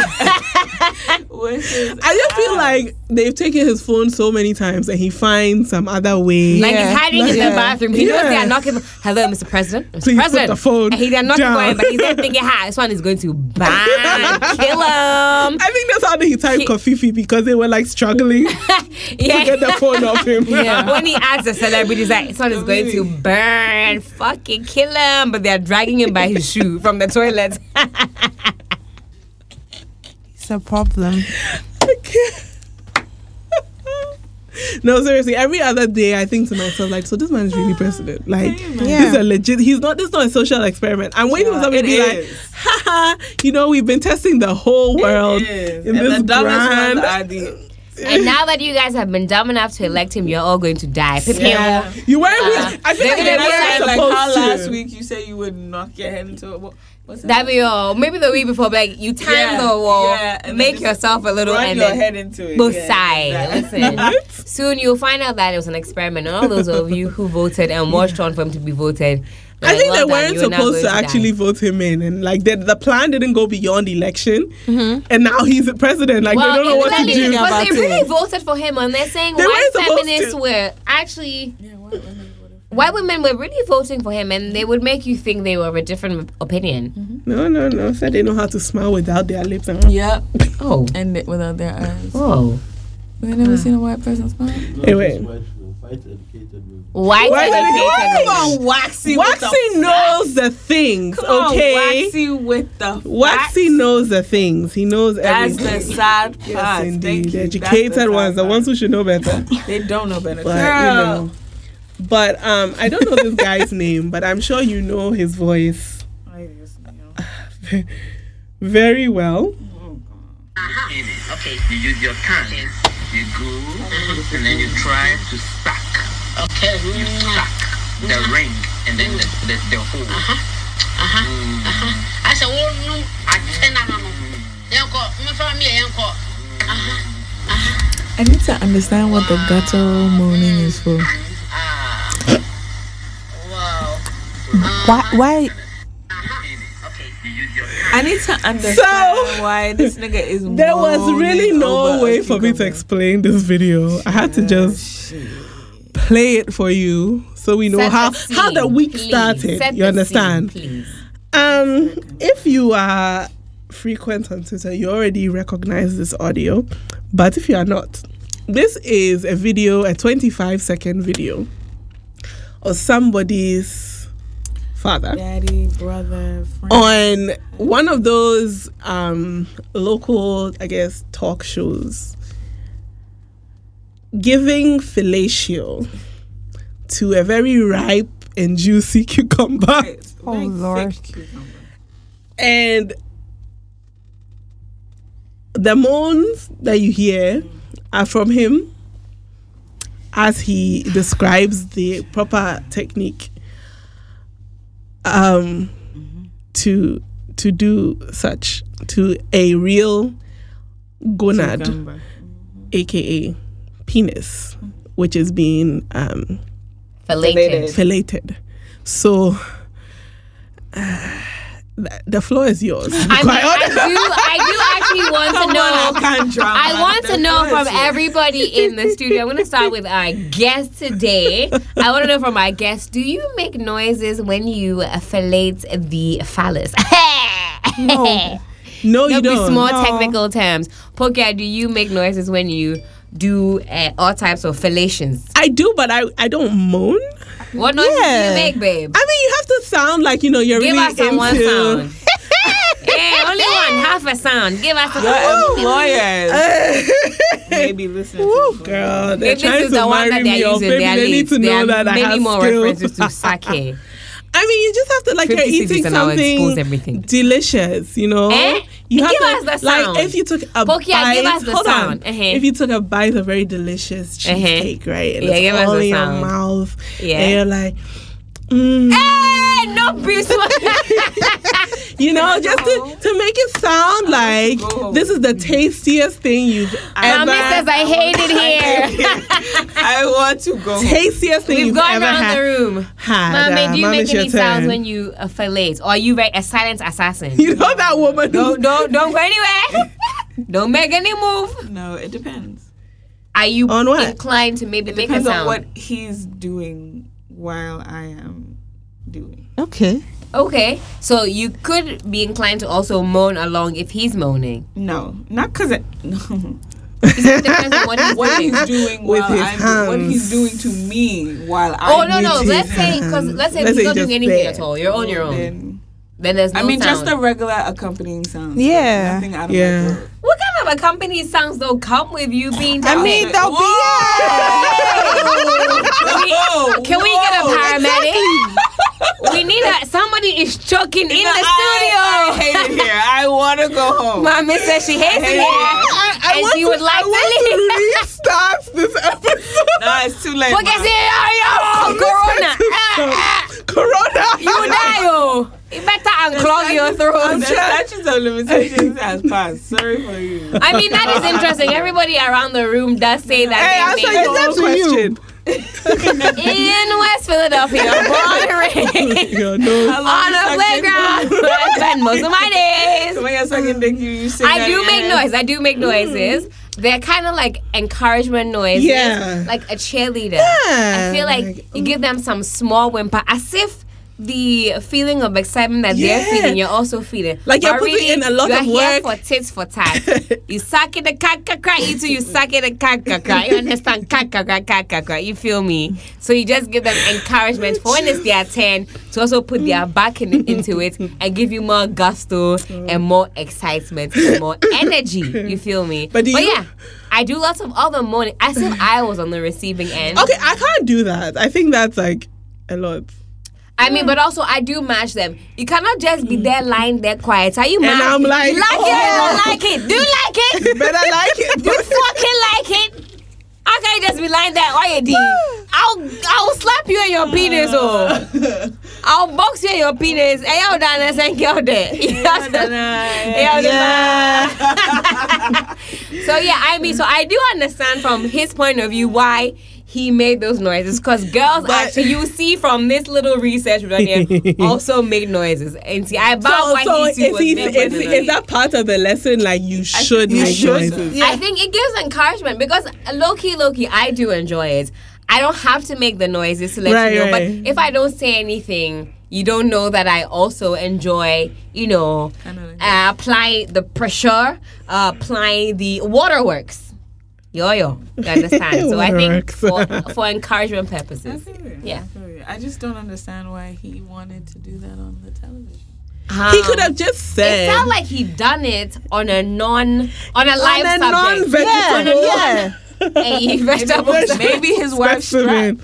Speaker 4: Which is
Speaker 1: I just
Speaker 2: Ah.
Speaker 1: feel like they've taken his phone so many times and he finds some other way.
Speaker 2: Like
Speaker 3: Yeah.
Speaker 2: he's hiding in
Speaker 1: Yeah.
Speaker 2: the bathroom. He knows they
Speaker 1: Yeah.
Speaker 2: are knocking. Hello, Mr. President. Mr.
Speaker 1: Please put
Speaker 2: President.
Speaker 1: the phone
Speaker 2: and he they're knocking
Speaker 1: down.
Speaker 2: for him, but he's there thinking, "Ha, this one is going to bang, kill him."
Speaker 1: I think that's how he typed
Speaker 2: He-
Speaker 1: Kofifi because they were like struggling to
Speaker 2: Yeah.
Speaker 1: get the phone off him.
Speaker 2: When he asks the celebrities, like, this one is going to burn, fucking kill him, but they're dragging him by his shoe from the toilet.
Speaker 3: It's a problem.
Speaker 1: I can't. No, seriously. Every other day, I think to myself, like, so this man is really president. Like, this is a legit. He's not. This is not a social experiment. I'm waiting for
Speaker 4: Yeah,
Speaker 1: somebody to
Speaker 4: it
Speaker 1: be like,
Speaker 4: is.
Speaker 1: haha. You know, we've been testing the whole world
Speaker 4: Yes.
Speaker 1: in
Speaker 4: and
Speaker 1: this
Speaker 4: the dumbest
Speaker 1: brand.
Speaker 4: ones are the
Speaker 2: and now that you guys have been dumb enough to elect him, you're all going to die.
Speaker 4: Yeah.
Speaker 1: You weren't.
Speaker 2: Uh,
Speaker 1: really- I feel
Speaker 2: they're
Speaker 1: like
Speaker 2: gonna
Speaker 1: they're
Speaker 2: be
Speaker 4: And
Speaker 1: not
Speaker 4: I
Speaker 1: supposed
Speaker 4: Ah. like how last
Speaker 1: to.
Speaker 4: week you said you would knock your head into a wall. What's
Speaker 2: That be all. Maybe the week before, but like you time
Speaker 4: Yeah,
Speaker 2: the wall,
Speaker 4: yeah, and then
Speaker 2: make
Speaker 4: just
Speaker 2: yourself a little,
Speaker 4: Run
Speaker 2: and
Speaker 4: your
Speaker 2: then
Speaker 4: head into it.
Speaker 2: both
Speaker 4: Yeah,
Speaker 2: sides.
Speaker 4: exactly.
Speaker 2: Listen, soon you'll find out that it was an experiment. And all those of you who voted and watched on for him to be voted,
Speaker 1: I
Speaker 2: like,
Speaker 1: think
Speaker 2: well
Speaker 1: they
Speaker 2: done,
Speaker 1: weren't
Speaker 2: you are now
Speaker 1: supposed
Speaker 2: going
Speaker 1: to actually
Speaker 2: die.
Speaker 1: vote him in, and like the, the plan didn't go beyond election,
Speaker 4: Mm-hmm.
Speaker 1: and now he's the president. Like
Speaker 2: Well,
Speaker 1: they don't know what to
Speaker 2: exactly,
Speaker 1: do.
Speaker 3: Yeah,
Speaker 2: because
Speaker 3: about
Speaker 2: they really
Speaker 3: it.
Speaker 2: voted for him, and they're saying
Speaker 1: They
Speaker 2: white
Speaker 1: weren't supposed
Speaker 2: feminists
Speaker 1: to.
Speaker 2: were actually
Speaker 4: Yeah, why women voted for
Speaker 2: white women were really voting for him, and they would make you think they were of a different opinion.
Speaker 1: No, no, no. Said they know how to smile without their lips. And,
Speaker 4: him? Yep,
Speaker 1: Mm-hmm.
Speaker 2: Oh,
Speaker 4: and it without their eyes.
Speaker 2: whoa,
Speaker 4: We never seen a white person smile.
Speaker 1: Hey, wait.
Speaker 2: white
Speaker 1: Why is that-
Speaker 2: educated.
Speaker 1: Come
Speaker 2: women.
Speaker 1: on,
Speaker 4: waxy,
Speaker 1: Waxy knows the things, okay?
Speaker 4: waxy with the
Speaker 1: Waxy knows the things. He knows
Speaker 4: That's
Speaker 1: everything.
Speaker 4: the sad part.
Speaker 1: Yes,
Speaker 4: Thank
Speaker 1: indeed. The
Speaker 4: you. That's the
Speaker 1: educated
Speaker 4: sad
Speaker 1: ones, the
Speaker 4: part.
Speaker 1: ones who should know better.
Speaker 4: they don't know better.
Speaker 1: But, you know. But um, I don't know this guy's name, but I'm sure you know his voice
Speaker 4: I just, you know.
Speaker 1: very well.
Speaker 5: Ah,
Speaker 6: Okay. You use your tongue. You go
Speaker 5: Mm-hmm.
Speaker 6: and then you try to suck. Okay. You suck the
Speaker 5: Mm-hmm.
Speaker 6: ring and then the, the, the hole.
Speaker 5: Uh-huh.
Speaker 6: Mm.
Speaker 5: asɛ wɔnum atwɛ nano no yɛnkɔ mmefa mi yɛ yɛnkɔ
Speaker 6: Mm.
Speaker 5: Uh-huh.
Speaker 4: I need to understand what the guttural moaning is for.
Speaker 5: Ah. wow Uh-huh.
Speaker 3: Why? Why?
Speaker 5: okay Uh-huh.
Speaker 6: You use your
Speaker 4: I need to understand
Speaker 1: So-
Speaker 4: why this nigga is.
Speaker 1: There was really
Speaker 4: moaning
Speaker 1: no
Speaker 4: over
Speaker 1: way
Speaker 4: a
Speaker 1: for me to
Speaker 4: cucumber.
Speaker 1: explain this video. I had to just
Speaker 4: Shit.
Speaker 1: play it for you so we know
Speaker 2: Set
Speaker 1: how
Speaker 2: the
Speaker 1: how the
Speaker 2: scene,
Speaker 1: week
Speaker 2: please.
Speaker 1: started.
Speaker 2: Set
Speaker 1: you
Speaker 2: the
Speaker 1: understand?
Speaker 2: scene, please.
Speaker 1: Um, if you are frequent on Twitter, you already recognize this audio, but if you are not, this is a video, a 25 second video of somebody's father
Speaker 4: Daddy, brother, friend.
Speaker 1: on one of those um, local, I guess, talk shows, giving fellatio to a very ripe and juicy cucumber.
Speaker 4: It's
Speaker 3: Oh,
Speaker 4: very thick
Speaker 3: Lord.
Speaker 4: cucumber.
Speaker 1: And the moans that you hear are from him as he describes the proper technique um, to to do such to a real gonad, aka penis, which is being um,
Speaker 2: Felated.
Speaker 1: filleted. So uh, th- the floor is yours.
Speaker 2: I, mean,
Speaker 1: Quite
Speaker 2: I
Speaker 1: honest.
Speaker 2: do. I do actually want to know. I want to know from everybody in the studio. I'm going to start with our guest today. I want to know from our guest do you make noises when you uh, fillet the phallus? no.
Speaker 1: no, Oh, you
Speaker 2: That'd be
Speaker 1: don't.
Speaker 2: small
Speaker 3: No.
Speaker 2: technical terms. Pokia, do you make noises when you do uh, all types of fellations?
Speaker 1: I do, but I, I don't moan.
Speaker 2: What noises do
Speaker 1: Yeah.
Speaker 2: you make, babe?
Speaker 1: I mean, you have to sound like you know you're
Speaker 2: Give
Speaker 1: really
Speaker 2: us some one
Speaker 1: into.
Speaker 2: sound. yeah, only one, half a sound. Give us a
Speaker 4: Your
Speaker 1: Uh,
Speaker 4: employers may be listening.
Speaker 1: Oh,
Speaker 4: to
Speaker 1: girl, they're
Speaker 2: If
Speaker 1: trying
Speaker 2: this is
Speaker 1: to
Speaker 2: the one
Speaker 1: marry
Speaker 2: that
Speaker 1: me
Speaker 2: they're
Speaker 1: off.
Speaker 2: using,
Speaker 1: Baby,
Speaker 2: they're
Speaker 1: they need to know that I
Speaker 2: many
Speaker 1: have
Speaker 2: more
Speaker 1: skill.
Speaker 2: references to sake.
Speaker 1: I mean, you just have to like you're
Speaker 2: 50 cities
Speaker 1: eating
Speaker 2: and I'll expose
Speaker 1: something
Speaker 2: everything.
Speaker 1: delicious, you know.
Speaker 2: Eh?
Speaker 1: You
Speaker 2: Give
Speaker 1: have to
Speaker 2: us the
Speaker 1: like
Speaker 2: sound.
Speaker 1: if you took a
Speaker 2: Pokia, give
Speaker 1: bite.
Speaker 2: us the
Speaker 1: hold
Speaker 2: sound.
Speaker 1: on.
Speaker 2: Uh-huh.
Speaker 1: If you took a bite of very delicious
Speaker 2: Uh-huh.
Speaker 1: cheesecake, right? And
Speaker 2: Yeah,
Speaker 1: it's
Speaker 2: give us
Speaker 1: all
Speaker 2: the
Speaker 1: in
Speaker 2: sound.
Speaker 1: your mouth.
Speaker 2: Yeah.
Speaker 1: And you're like. Mm,
Speaker 2: Eh, no beef.
Speaker 1: you know, just to, to make it sound like
Speaker 4: go.
Speaker 1: this is the tastiest thing you've ever
Speaker 2: Mommy says I hate it here.
Speaker 4: I want to go. home.
Speaker 1: tastiest thing
Speaker 2: We've
Speaker 1: you've
Speaker 2: gone
Speaker 1: ever
Speaker 2: around the
Speaker 1: had.
Speaker 2: room.
Speaker 1: had.
Speaker 2: Mommy, do you
Speaker 1: Mom,
Speaker 2: make
Speaker 1: it's your
Speaker 2: any sounds
Speaker 1: turn.
Speaker 2: when you uh, fillet? Or are you very a silent assassin?
Speaker 1: you know that woman? who-
Speaker 2: don't, don't, don't go anywhere. don't make any move.
Speaker 4: No, it depends.
Speaker 2: Are you
Speaker 1: On what?
Speaker 2: inclined to maybe make a
Speaker 4: Depends on
Speaker 2: sound?
Speaker 4: what he's doing while I am doing.
Speaker 3: Okay.
Speaker 2: Okay, so you could be inclined to also moan along if he's moaning.
Speaker 4: No, not because no.
Speaker 2: It depends on what he's
Speaker 4: what
Speaker 2: doing.
Speaker 4: he's doing
Speaker 1: With
Speaker 4: while
Speaker 1: his
Speaker 4: I'm doing, what he's doing to me while I'm.
Speaker 2: Oh no no!
Speaker 1: With
Speaker 2: Let's
Speaker 1: his
Speaker 2: say because
Speaker 1: hands.
Speaker 2: let's say
Speaker 1: Let's
Speaker 2: he's
Speaker 1: say
Speaker 2: not doing
Speaker 1: just
Speaker 2: anything
Speaker 1: there.
Speaker 2: at all. You're on your own. Then,
Speaker 4: Then,
Speaker 2: there's no
Speaker 4: I mean, just
Speaker 2: sound.
Speaker 4: the regular accompanying sounds. like
Speaker 3: Yeah.
Speaker 4: Nothing out of
Speaker 1: Yeah.
Speaker 4: my throat.
Speaker 2: what kind of a company sounds though come with you being?
Speaker 3: I
Speaker 2: down?
Speaker 3: mean,
Speaker 4: Okay.
Speaker 3: that'll be
Speaker 2: Can we-
Speaker 4: Whoa,
Speaker 2: can we get a
Speaker 4: whoa,
Speaker 2: paramedic? we need a somebody is choking in the
Speaker 4: No, I, I
Speaker 2: studio.
Speaker 4: hate it here. I want to go home.
Speaker 2: Mommy says she hates it here, and she would like
Speaker 1: I want
Speaker 2: to leave.
Speaker 1: to restart this episode.
Speaker 4: no, it's too late.
Speaker 2: Porque
Speaker 4: ma.
Speaker 2: si oh, corona, Ah, ah,
Speaker 1: Corona.
Speaker 2: you die oh. It better unclog your
Speaker 4: The
Speaker 2: throat.
Speaker 4: statute of limitations has passed. Sorry for you.
Speaker 2: I mean, that is interesting. Everybody around the room does say that.
Speaker 1: Hey,
Speaker 2: they
Speaker 1: answer
Speaker 2: make
Speaker 1: your own question.
Speaker 2: in West Philadelphia, born and raised
Speaker 1: Your nose.
Speaker 2: on a playground. where I spend most of my days.
Speaker 4: When you're sucking dick, you, you say
Speaker 2: I
Speaker 4: that
Speaker 2: do
Speaker 4: in
Speaker 2: make
Speaker 4: your
Speaker 2: noise. I do
Speaker 1: Mm.
Speaker 2: make noises. They're kind of like encouragement noises,
Speaker 1: Yeah.
Speaker 2: like a cheerleader.
Speaker 1: Yeah.
Speaker 2: I feel like
Speaker 1: Like,
Speaker 2: you give them some small whimper, as if the feeling of excitement that
Speaker 1: Yeah.
Speaker 2: they're feeling, you're also feeling.
Speaker 1: Like you're
Speaker 2: But
Speaker 1: putting in a lot
Speaker 2: you're
Speaker 1: of
Speaker 2: here
Speaker 1: work.
Speaker 2: for tits for tat. you suck it, the caca crack. You too, you suck it, the caca crack. You understand? Caca crack, caca crack. You feel me? So you just give them encouragement for when it's their turn to also put their back in, into it and give you more gusto and more excitement and more energy. You feel me?
Speaker 1: But do you-
Speaker 2: yeah, I do lots of other morning. As if I was on the receiving end.
Speaker 1: Okay, I can't do that. I think that's like a lot.
Speaker 2: I mean, but also I do match them. You cannot just be there lying there quiet. Are you mad?
Speaker 1: I'm like,
Speaker 2: you like
Speaker 1: oh.
Speaker 2: it or you don't like it? Do you like it?
Speaker 1: Better like
Speaker 2: Do you
Speaker 1: it.
Speaker 2: fucking like it? How can you just be lying there? Oh, you did. I'll I'll slap you in your penis, oh. I'll box you in your penis. Hey, yo, Dana, thank you, there. Yeah, so yeah, I mean, so I do understand from his point of view why he made those noises because girls actually you see from this little research we done here also make noises and see I about
Speaker 1: So,
Speaker 2: why
Speaker 1: so
Speaker 2: he
Speaker 1: is,
Speaker 2: too was
Speaker 1: he,
Speaker 2: making
Speaker 1: is,
Speaker 2: noises.
Speaker 1: is that part of the lesson? Like you should
Speaker 3: you
Speaker 1: make
Speaker 3: should.
Speaker 1: noises.
Speaker 3: Yeah.
Speaker 2: I think it gives encouragement because low key, low key, I do enjoy it. I don't have to make the noises to let
Speaker 1: Right,
Speaker 2: you know,
Speaker 1: right.
Speaker 2: but if I don't say anything, you don't know that I also enjoy, you know, uh, apply the pressure, uh, apply the waterworks. Yo yo, you understand? so I think
Speaker 1: Waterworks.
Speaker 2: for, for encouragement purposes, Yeah.
Speaker 4: Yeah. I just don't understand why he wanted to do that on the television.
Speaker 1: He
Speaker 2: Um,
Speaker 1: could have just
Speaker 2: It
Speaker 1: said.
Speaker 2: felt like he done it on a non on a live
Speaker 1: a
Speaker 2: subject.
Speaker 1: non-vegetable
Speaker 2: A vegetable.
Speaker 4: Maybe his wife
Speaker 1: specimen.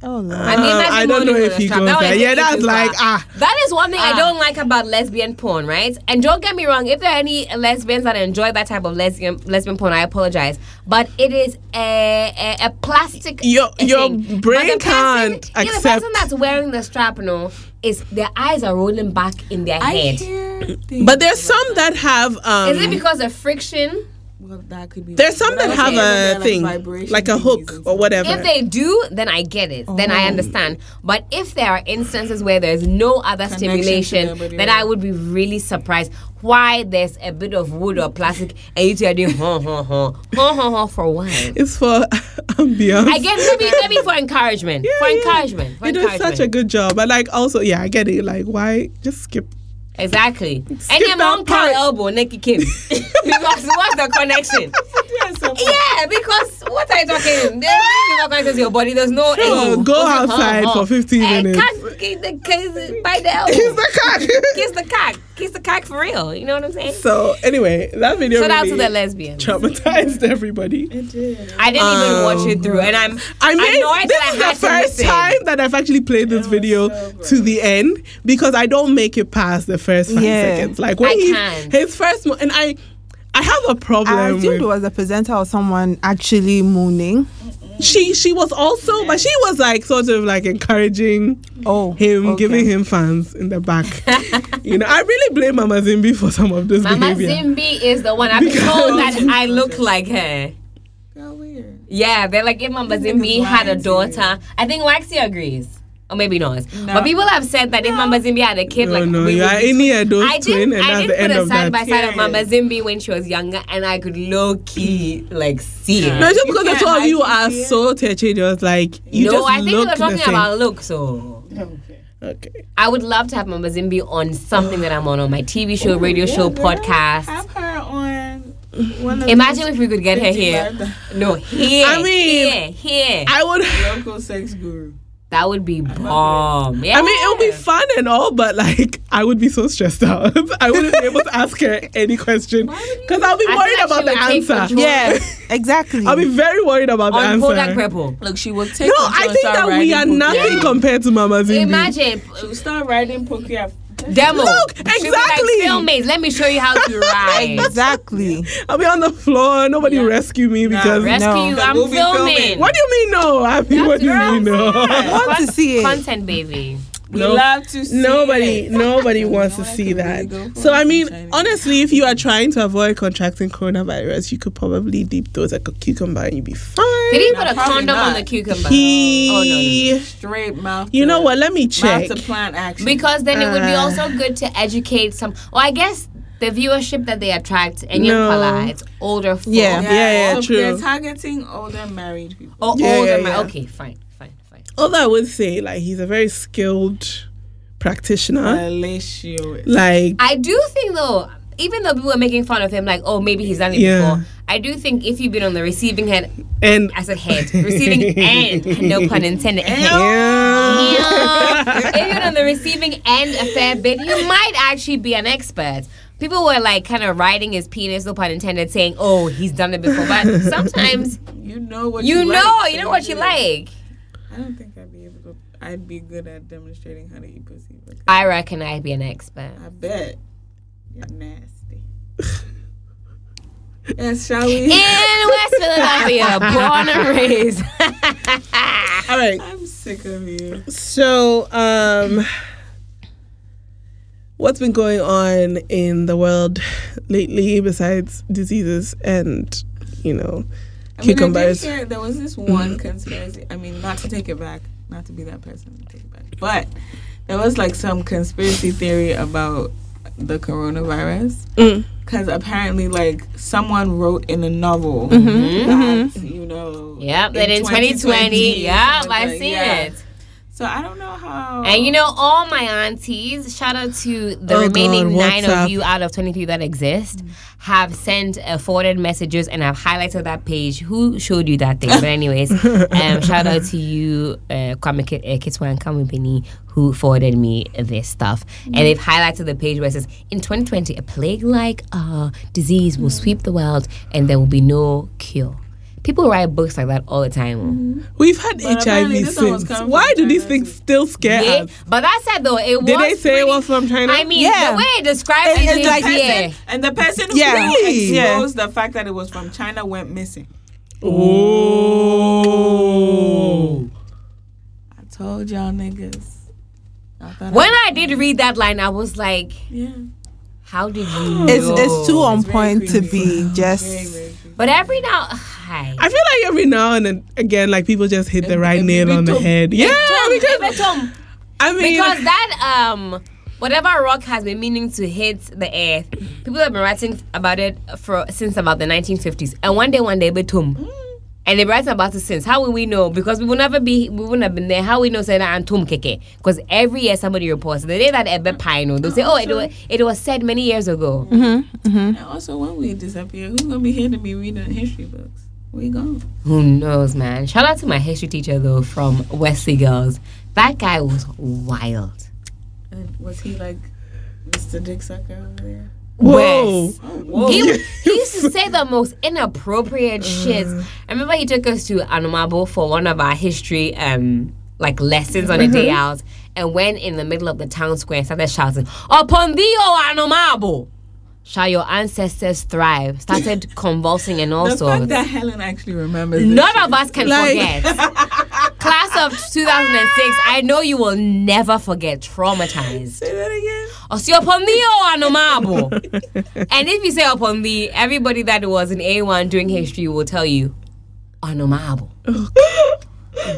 Speaker 3: Oh, Lord.
Speaker 2: I mean,
Speaker 1: Uh,
Speaker 2: imagine
Speaker 1: I don't
Speaker 2: Moni
Speaker 1: know
Speaker 2: with
Speaker 1: if
Speaker 2: a
Speaker 1: he
Speaker 2: strap.
Speaker 1: goes
Speaker 2: That
Speaker 1: there.
Speaker 2: would
Speaker 1: Yeah,
Speaker 2: take it
Speaker 1: that's
Speaker 2: too
Speaker 1: like,
Speaker 2: far.
Speaker 1: ah.
Speaker 2: That is one thing I
Speaker 4: Ah.
Speaker 2: don't like about lesbian porn, right? And don't get me wrong, if there are any lesbians that enjoy that type of lesbian lesbian porn, I apologize, but it is a a, a plastic.
Speaker 1: Your-
Speaker 2: thing.
Speaker 1: your
Speaker 2: But the
Speaker 1: brain
Speaker 2: person-
Speaker 1: can't
Speaker 2: yeah, The
Speaker 1: accept-
Speaker 2: person that's wearing the strap, no, is their eyes are rolling back in their
Speaker 4: I
Speaker 2: head.
Speaker 4: hear things
Speaker 1: But there's some that have. Um,
Speaker 2: Is it because of friction?
Speaker 4: Well, that could be
Speaker 1: there's some
Speaker 4: But I
Speaker 1: that
Speaker 4: was
Speaker 1: have
Speaker 4: saying there
Speaker 1: a
Speaker 4: are,
Speaker 1: thing,
Speaker 4: vibration
Speaker 1: like a
Speaker 4: thingies
Speaker 1: hook
Speaker 4: and
Speaker 1: or
Speaker 4: stuff.
Speaker 1: whatever.
Speaker 2: If they do, then I get it. Then
Speaker 1: Oh.
Speaker 2: I understand. But if there are instances where there's no other
Speaker 4: Connection to
Speaker 2: stimulation,
Speaker 4: them, but
Speaker 2: then
Speaker 4: yeah.
Speaker 2: I would be really surprised why there's a bit of wood or plastic and you two are doing ho ho ho ho ho ho for what?
Speaker 1: it's for ambience.
Speaker 2: I get maybe maybe for encouragement.
Speaker 1: Yeah,
Speaker 2: for
Speaker 1: yeah.
Speaker 2: encouragement. For
Speaker 1: You're doing
Speaker 2: encouragement.
Speaker 1: such a good job. But like also, yeah, I get it. Like why just skip
Speaker 2: exactly.
Speaker 1: Skip
Speaker 2: And your mom
Speaker 1: that part.
Speaker 2: can't elbow naked Kim. because what's the connection? Yeah, because what are you talking? There's not connected to your body. There's no
Speaker 1: Ah! Sure,
Speaker 2: elbow.
Speaker 1: go
Speaker 2: What's it-
Speaker 1: outside for 15
Speaker 2: Eh,
Speaker 1: minutes.
Speaker 2: cock- kiss the- kiss- By the elbow.
Speaker 1: Kiss the cock.
Speaker 2: Kiss the cock. Kiss the cock for real. You know what I'm saying?
Speaker 1: So anyway, that video
Speaker 2: Shout out
Speaker 1: really
Speaker 2: to the lesbians.
Speaker 1: traumatized everybody.
Speaker 2: I didn't even watch it through, and I'm
Speaker 1: I mean,
Speaker 2: annoyed
Speaker 1: this
Speaker 2: that I
Speaker 1: is
Speaker 2: had
Speaker 1: the
Speaker 2: to
Speaker 1: first
Speaker 2: listen.
Speaker 1: time that I've actually played this video to the end because I don't make it past the first five
Speaker 3: Yeah.
Speaker 1: seconds. Like when
Speaker 2: I
Speaker 1: he,
Speaker 2: can't.
Speaker 1: his first mo- and I, I have a
Speaker 3: I
Speaker 1: problem.
Speaker 3: assumed
Speaker 1: with-
Speaker 3: it was a presenter or someone actually mooning.
Speaker 1: she she was also, but she was like sort of like encouraging
Speaker 3: Oh,
Speaker 1: him,
Speaker 3: okay.
Speaker 1: giving him fans in the back. you know, I really blame Mama Zimbi for some of this
Speaker 2: Mama
Speaker 1: behavior.
Speaker 2: Zimbi is the one I've been told that I look like her.
Speaker 4: How weird.
Speaker 2: Yeah, they're like if Mama Zimbi had a daughter, I think Waxy agrees. Or maybe not. But people have said that if Mama Zimbi had a kid,
Speaker 1: No,
Speaker 2: like
Speaker 1: no,
Speaker 2: we
Speaker 1: you
Speaker 2: would
Speaker 1: are
Speaker 2: be
Speaker 1: in here, those
Speaker 2: I
Speaker 1: twin,
Speaker 2: did,
Speaker 1: and
Speaker 2: I
Speaker 1: that's
Speaker 2: did
Speaker 1: the
Speaker 2: put
Speaker 1: end
Speaker 2: a
Speaker 1: of
Speaker 2: side
Speaker 1: that.
Speaker 2: by side of Mama Zimbi when she was younger, and I could low key like see it.
Speaker 1: Mm. No, it's just because the
Speaker 4: can't
Speaker 1: two of
Speaker 4: hide
Speaker 1: you
Speaker 4: it
Speaker 1: are
Speaker 4: here.
Speaker 1: so tetradious. Like you
Speaker 2: no,
Speaker 1: just
Speaker 2: I think we
Speaker 1: look
Speaker 2: were talking
Speaker 1: the same.
Speaker 2: about look. So
Speaker 1: Okay.
Speaker 2: I would love to have Mama Zimbi on something that I'm on on my TV show, radio show, podcast.
Speaker 4: Have her on one of
Speaker 2: Imagine if we could get her here.
Speaker 4: the
Speaker 2: No, here.
Speaker 1: I mean,
Speaker 2: here, here.
Speaker 1: I would.
Speaker 4: local sex guru.
Speaker 2: that would be bomb. Yeah.
Speaker 1: I mean, it would be fun and all, but like, I would be so stressed out. I wouldn't be able to ask her any question because I'll be
Speaker 2: I feel
Speaker 1: worried
Speaker 2: like
Speaker 1: about the
Speaker 2: she would take
Speaker 1: answer.
Speaker 2: control.
Speaker 3: Yeah, exactly.
Speaker 1: I'll be very worried about the
Speaker 2: on
Speaker 1: answer.
Speaker 2: product purple.
Speaker 4: Look, she will take.
Speaker 1: No, I think that we are nothing compared to Mama Zimbi.
Speaker 2: Imagine uh,
Speaker 4: She'll start riding poker.
Speaker 2: demo.
Speaker 1: Look,
Speaker 2: She'll be like,
Speaker 1: exactly.
Speaker 2: Filmmates, let me show you how to ride.
Speaker 3: exactly.
Speaker 1: I'll be on the floor. Nobody rescue me because.
Speaker 2: Rescue
Speaker 3: No.
Speaker 2: you.
Speaker 4: The
Speaker 2: I'm
Speaker 4: movie filming.
Speaker 2: filming.
Speaker 1: what do you mean no? Happy? What do you mean no?
Speaker 3: want
Speaker 2: Con-
Speaker 3: to see it.
Speaker 2: Content, baby.
Speaker 4: We
Speaker 1: Nope.
Speaker 4: love to see
Speaker 1: nobody
Speaker 4: it.
Speaker 1: nobody wants to
Speaker 4: I
Speaker 1: see
Speaker 4: could really
Speaker 1: that
Speaker 4: go for
Speaker 1: so i
Speaker 4: some
Speaker 1: mean
Speaker 4: Chinese.
Speaker 1: honestly if you are trying to avoid contracting coronavirus you could probably deep those like a cucumber and you'd be fine
Speaker 2: Did he put a
Speaker 4: probably
Speaker 2: condom on
Speaker 4: not.
Speaker 2: the cucumber? Oh, no, no, no.
Speaker 1: he
Speaker 4: Straight mouth.
Speaker 1: you
Speaker 4: to-
Speaker 1: know what let me check
Speaker 4: Mouth to plant action.
Speaker 2: Because then it would be
Speaker 1: Uh.
Speaker 2: also good to educate some. Well, I guess the viewership that they attract and your
Speaker 1: No.
Speaker 2: color, it's older folk.
Speaker 3: Yeah.
Speaker 1: Yeah, yeah,
Speaker 4: so
Speaker 1: true.
Speaker 4: They're targeting older married people.
Speaker 2: Or
Speaker 1: Yeah,
Speaker 2: older.
Speaker 1: yeah,
Speaker 2: ma-
Speaker 1: yeah.
Speaker 2: Okay, fine, fine, fine.
Speaker 1: although i would say like he's a very skilled practitioner
Speaker 4: Uh, Fellatio.
Speaker 1: like
Speaker 2: I do think though, even though people are making fun of him, like, oh, maybe he's done it
Speaker 1: Yeah.
Speaker 2: before. I do think if you've been on the receiving end,
Speaker 1: and
Speaker 2: I said head, receiving end, no pun intended. End.
Speaker 1: yeah.
Speaker 2: Even on the receiving end a fair bit, you might actually be an expert. People were like kind of riding his penis, no pun intended, saying, oh, he's done it before. But sometimes
Speaker 4: You know what
Speaker 2: you
Speaker 4: you,
Speaker 2: know,
Speaker 4: like,
Speaker 2: you
Speaker 4: so
Speaker 2: know what you
Speaker 4: do.
Speaker 2: like.
Speaker 4: I don't think I'd be able to. I'd be good at demonstrating how to eat pussy. But
Speaker 2: I reckon I'd be an expert.
Speaker 4: I bet you're nasty. yes, shall we?
Speaker 2: In West Philadelphia, born and raised.
Speaker 1: all right
Speaker 4: I'm sick of you.
Speaker 1: so um what's been going on in the world lately besides diseases and you know
Speaker 4: I Mean, I did
Speaker 1: cucumbers
Speaker 4: hear there was this one conspiracy. I mean, not to take it back, not to be that person to take it back, but there was like some conspiracy theory about the coronavirus
Speaker 1: Mm.
Speaker 4: because apparently, like, someone wrote in a novel that you know.
Speaker 2: Mm-hmm. Yep, that in 2020. Yep,
Speaker 4: something
Speaker 2: I
Speaker 4: like-
Speaker 2: seen
Speaker 4: yeah.
Speaker 2: it.
Speaker 4: So I don't know how.
Speaker 2: And you know, all my aunties, shout out to the
Speaker 1: Um, Oh,
Speaker 2: remaining
Speaker 1: God,
Speaker 2: nine
Speaker 1: what's up? Mm.
Speaker 2: of you out of 23 that exist, have sent uh, forwarded messages and I've highlighted that page. Who showed you that thing? but, anyways, um, shout out to you, uh, Kwame Ki- uh, Kitwa and Kwame Bini, who forwarded me this stuff. And
Speaker 1: Mm.
Speaker 2: they've highlighted the page where it says, in 2020, a plague like uh, disease will sweep the world and there will be no cure. People write books like that all the time.
Speaker 1: We've had
Speaker 4: But apparently
Speaker 1: HIV
Speaker 4: this one was
Speaker 1: since.
Speaker 4: coming
Speaker 1: Why
Speaker 4: from
Speaker 1: do these
Speaker 4: China,
Speaker 1: things
Speaker 4: too.
Speaker 1: still scare
Speaker 2: Yeah,
Speaker 1: us?
Speaker 2: but that said though, it
Speaker 1: Did
Speaker 2: was.
Speaker 1: they say it
Speaker 2: pretty-
Speaker 1: was from China?
Speaker 2: I mean,
Speaker 3: Yeah.
Speaker 2: the way it described
Speaker 3: It-
Speaker 2: it,
Speaker 3: it's like-
Speaker 2: yeah.
Speaker 4: And the person
Speaker 3: Yeah.
Speaker 4: who
Speaker 3: Really?
Speaker 4: exposed the fact that it was from China went missing.
Speaker 1: oh.
Speaker 4: I told y'all niggas. I thought
Speaker 2: When I did read that line, I was like,
Speaker 4: yeah.
Speaker 2: "How did you?"
Speaker 3: It's
Speaker 2: know?
Speaker 3: it's too um, on
Speaker 4: very
Speaker 3: point to be
Speaker 4: Very,
Speaker 3: just.
Speaker 4: very
Speaker 2: But every now, hi.
Speaker 1: I feel like every now and then- again, like people just hit the
Speaker 4: It-
Speaker 1: right
Speaker 4: it-
Speaker 1: nail
Speaker 4: it
Speaker 1: on the
Speaker 4: took-
Speaker 1: head. Yeah,
Speaker 2: Tom,
Speaker 1: because
Speaker 2: David Tom.
Speaker 1: I mean,
Speaker 2: because that um whatever rock has been meaning to hit the earth people have been writing about it for since about the 1950s and one day one day it boom
Speaker 3: Mm.
Speaker 2: and they write about it since how will we know because we will never be we wouldn't have been there how we know say that and tom keke because every year somebody reports the day that ebe pine they'll say oh it, wa- it was said many years ago Hmm?
Speaker 4: And also, when we disappear, who's gonna be here to be reading history books? We gone.
Speaker 2: who knows man shout out to my history teacher though from wesley girls that guy was wild
Speaker 4: And was he like Mr. Dick Sucker over there?
Speaker 1: whoa.
Speaker 2: Wes.
Speaker 4: Oh,
Speaker 2: He, he used to say the most inappropriate shits. I remember he took us to Anumabo for one of our history um like lessons on a day out and went in the middle of the town square and started shouting, Upon thee, O Anumabo! Shall your ancestors thrive? Started convulsing and all
Speaker 4: The
Speaker 2: sorts.
Speaker 4: fact that Helen actually remembers. this
Speaker 2: None
Speaker 4: shit.
Speaker 2: of us can forget. Class of 2006, I know you will never forget. Traumatized.
Speaker 4: Say that again.
Speaker 2: Osi upon thee, O Anomabo. and if you say upon thee, everybody that was in A1 doing history will tell you, Anomabo.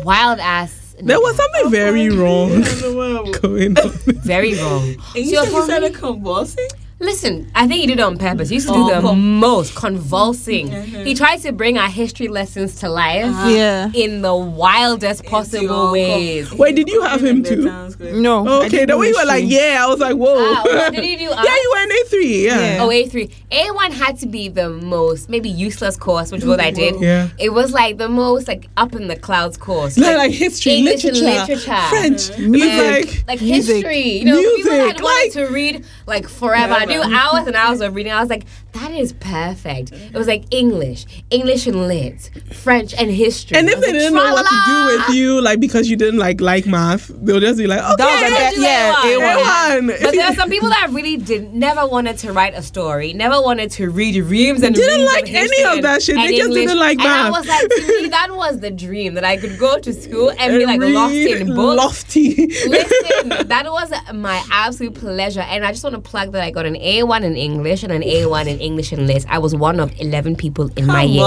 Speaker 2: Wild ass.
Speaker 1: There
Speaker 2: nigga.
Speaker 1: was something very wrong going on.
Speaker 2: very wrong.
Speaker 4: And
Speaker 2: Osi
Speaker 4: you said you
Speaker 2: upon
Speaker 4: started
Speaker 2: thee-
Speaker 4: convulsing?
Speaker 2: Listen, I think he did it on purpose. He used to do
Speaker 4: Oh,
Speaker 2: the
Speaker 4: con-
Speaker 2: most convulsing.
Speaker 4: Mhm.
Speaker 2: He tried to bring our history lessons to life
Speaker 4: Uh-huh.
Speaker 3: Yeah.
Speaker 2: in the wildest
Speaker 4: Into
Speaker 2: possible
Speaker 4: your
Speaker 2: ways.
Speaker 4: com-
Speaker 1: Wait, did you have him
Speaker 4: in the
Speaker 1: too?
Speaker 4: town square.
Speaker 3: No. I
Speaker 1: Okay, the
Speaker 3: didn't
Speaker 1: way you were like,
Speaker 3: wish
Speaker 1: yeah, I was like, whoa.
Speaker 2: Ah, what did you do? Ah?
Speaker 1: yeah, you were in A3. Yeah.
Speaker 3: Yeah.
Speaker 2: Oh, A3. A1 had to be the most, maybe useless course, which is what I did.
Speaker 1: Yeah.
Speaker 2: It was like the most, like, up in the clouds course.
Speaker 1: Like, like history,
Speaker 2: English and
Speaker 1: literature,
Speaker 2: literature. Mm-hmm.
Speaker 1: French.
Speaker 3: Music.
Speaker 1: It's like,
Speaker 2: like
Speaker 3: Music.
Speaker 2: history, you know, people
Speaker 1: Music,
Speaker 2: had wanted
Speaker 1: like-
Speaker 2: to read like forever. I do hours and hours of reading. I was like, that is perfect. It was like English, English and lit, French and history.
Speaker 1: and
Speaker 2: I
Speaker 1: if
Speaker 2: was
Speaker 1: they
Speaker 2: like,
Speaker 1: didn't know what to do
Speaker 2: "Tra-la-la."
Speaker 1: with you, like because you didn't like like math, they'll just be like,
Speaker 3: That was a
Speaker 1: okay,
Speaker 3: bad-
Speaker 2: Did you
Speaker 3: yeah,
Speaker 2: A1?
Speaker 1: A1.
Speaker 2: But there are some people that really did never wanted to write a story, never wanted to read reams and
Speaker 1: Didn't
Speaker 2: reams
Speaker 1: like
Speaker 2: of
Speaker 1: any
Speaker 2: history
Speaker 1: of
Speaker 2: and-
Speaker 1: that shit.
Speaker 2: and
Speaker 1: They just
Speaker 2: English.
Speaker 1: didn't like
Speaker 2: and I
Speaker 1: math.
Speaker 2: was like, to me, that was the dream that I could go to school and be like
Speaker 1: Read
Speaker 2: lost in books.
Speaker 1: Lofty.
Speaker 2: Listen, that was my absolute pleasure, and I just want to plug that I got an A1 in English and an A1 in English and Lit. I was one of eleven people in my year.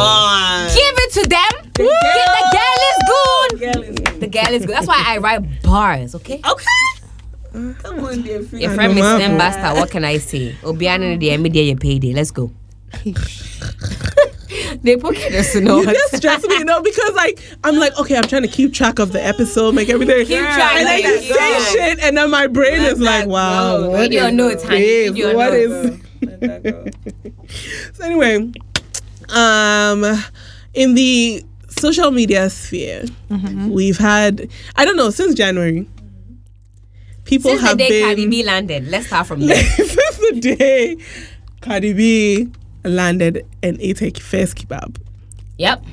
Speaker 2: Give it to them. Give the girl is good.
Speaker 4: Girl is
Speaker 2: The girl is good. That's why I write bars. Okay.
Speaker 4: Okay. Come on, dear friend.
Speaker 2: Your friend
Speaker 1: know,
Speaker 2: Miss
Speaker 1: ma'am.
Speaker 2: Ambassador, what can I say? Obiana the media you pay day. Let's go. they put us to know.
Speaker 1: You just stress me, no, because like I'm like, okay, I'm trying to keep track of the episode, make everything.
Speaker 2: Keep
Speaker 1: and
Speaker 2: track,
Speaker 1: then
Speaker 2: let
Speaker 1: you
Speaker 2: that
Speaker 1: say
Speaker 2: go.
Speaker 1: shit, and then my brain
Speaker 4: Let
Speaker 1: is like,
Speaker 4: that
Speaker 1: wow,
Speaker 4: go.
Speaker 1: what
Speaker 4: Read your
Speaker 1: is
Speaker 2: notes, honey.
Speaker 1: this?
Speaker 2: Read your
Speaker 1: What
Speaker 2: notes.
Speaker 1: is?
Speaker 4: Let that go.
Speaker 1: So anyway, um, in the social media sphere,
Speaker 2: Mm-hmm.
Speaker 1: we've had I don't know since January, people
Speaker 2: Since the
Speaker 1: have
Speaker 2: day Cardi
Speaker 1: been
Speaker 2: B landed, let's start from there.
Speaker 1: since the day Cardi B landed and ate her first kebab.
Speaker 2: Yep.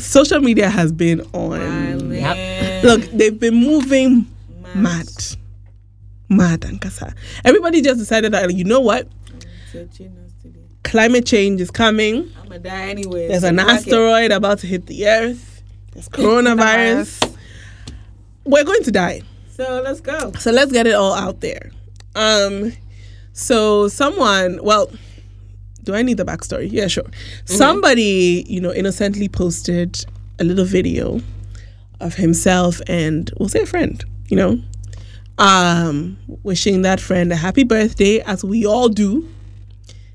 Speaker 1: Social media has been on.
Speaker 2: Yep.
Speaker 1: Look, they've been moving mad, mad, and kasa. Everybody just decided that you know what,
Speaker 4: Said she knows to be-
Speaker 1: climate change is coming.
Speaker 4: I'ma die anyway.
Speaker 1: There's
Speaker 4: so
Speaker 1: an
Speaker 4: fuck it.
Speaker 1: asteroid about to hit the earth. There's coronavirus. We're going to die.
Speaker 4: So let's go.
Speaker 1: So let's get it all out there. Um, so someone, well, do I need the backstory? Yeah, sure. Somebody, you know, innocently posted a little video of himself and we'll say a friend, you know, um, wishing that friend a happy birthday, as we all do.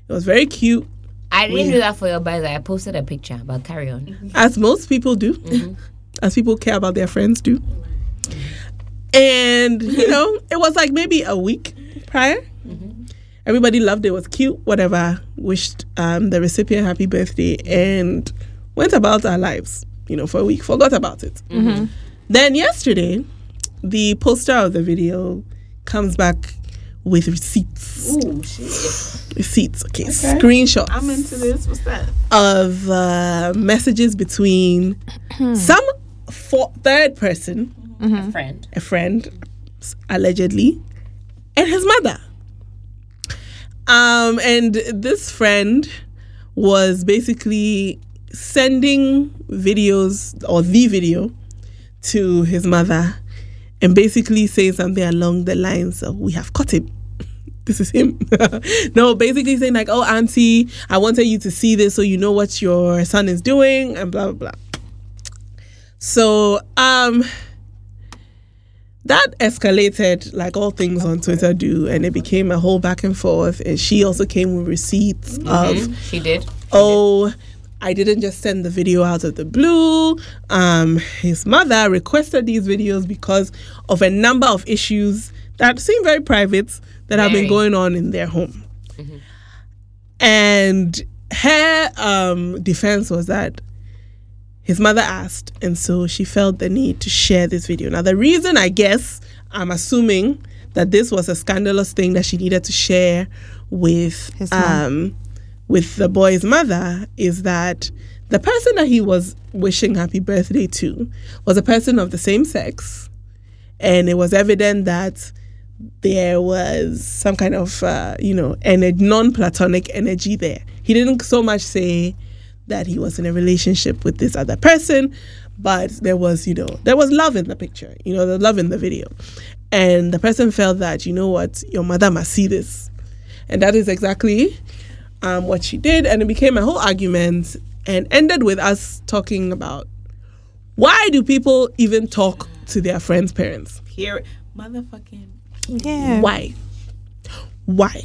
Speaker 1: It was very cute.
Speaker 2: I didn't do that for your birthday. I posted a picture, but carry on.
Speaker 1: as most people do,
Speaker 4: Mm-hmm.
Speaker 1: as people care about their friends do. And you know, it was like maybe a week prior.
Speaker 4: Mm-hmm.
Speaker 1: Everybody loved it. Was cute, whatever. Wished um, the recipient happy birthday and went about our lives. You know, for a week, forgot about it.
Speaker 4: Mm-hmm.
Speaker 1: Then yesterday, the poster of the video comes back with receipts.
Speaker 4: Ooh, shit.
Speaker 1: Receipts, okay. Screenshots
Speaker 4: I'm into this. What's that?
Speaker 1: of uh, messages between some for- third person,
Speaker 2: A friend.
Speaker 1: a friend, s- allegedly, and his mother. Um, and this friend was basically sending videos or the video to his mother and basically saying something along the lines of, We have caught him. This is him. no, basically saying, like, Oh, auntie, I wanted you to see this so you know what your son is doing, and blah, blah, blah. So, um, that escalated like all things on Twitter do, and it became a whole back and forth. And she also came with receipts of,
Speaker 2: She did.
Speaker 1: oh, I didn't just send the video out of the blue. Um, his mother requested these videos because of a number of issues that seem very private that have been
Speaker 2: Very.
Speaker 1: going on in their home. And her um, defense was that his mother asked, and so she felt the need to share this video. Now, the reason I guess I'm assuming that this was a scandalous thing that she needed to share with
Speaker 3: His mom.
Speaker 1: um, with the boy's mother is that the person that he was wishing happy birthday to was a person of the same sex, and it was evident that there was some kind of uh, you know and a non-platonic energy there he didn't so much say that he was in a relationship with this other person but there was you know there was love in the picture you know the love in the video and the person felt that you know what your mother must see this and that is exactly um, what she did and it became a whole argument and ended with us talking about why do people even talk to their friends parents
Speaker 4: Here, motherfucking.
Speaker 3: Yeah.
Speaker 1: why why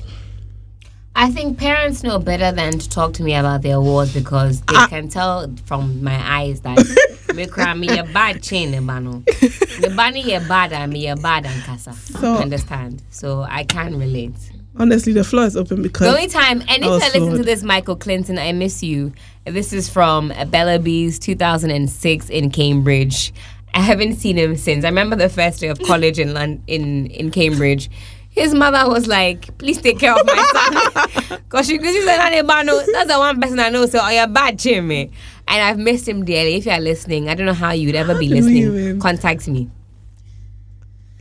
Speaker 2: I think parents know better than to talk to me about their wars because
Speaker 1: Ah.
Speaker 2: they can tell from my eyes that me cry me a bad chain ebano. Me bani ye bad and me ye bad and kasa.
Speaker 1: So-
Speaker 2: understand. So I can relate.
Speaker 1: Honestly, the floor is open
Speaker 2: The
Speaker 1: because
Speaker 2: only time anytime
Speaker 1: was
Speaker 2: I listen to
Speaker 1: floored.
Speaker 2: this Michael Clinton, I miss you. This is from Bella Bees 2006 in Cambridge. I haven't seen him since. I remember the first day of college in London, in in Cambridge. His mother was like, "Please take care of my son," because she, 'cause she said, "Nah, nah, no, "That's the one person I know." So you're bad, Jimmy, and I've missed him dearly. If you're listening, I don't know how you'd ever be
Speaker 1: do you
Speaker 2: listening.
Speaker 1: even-
Speaker 2: Contact me.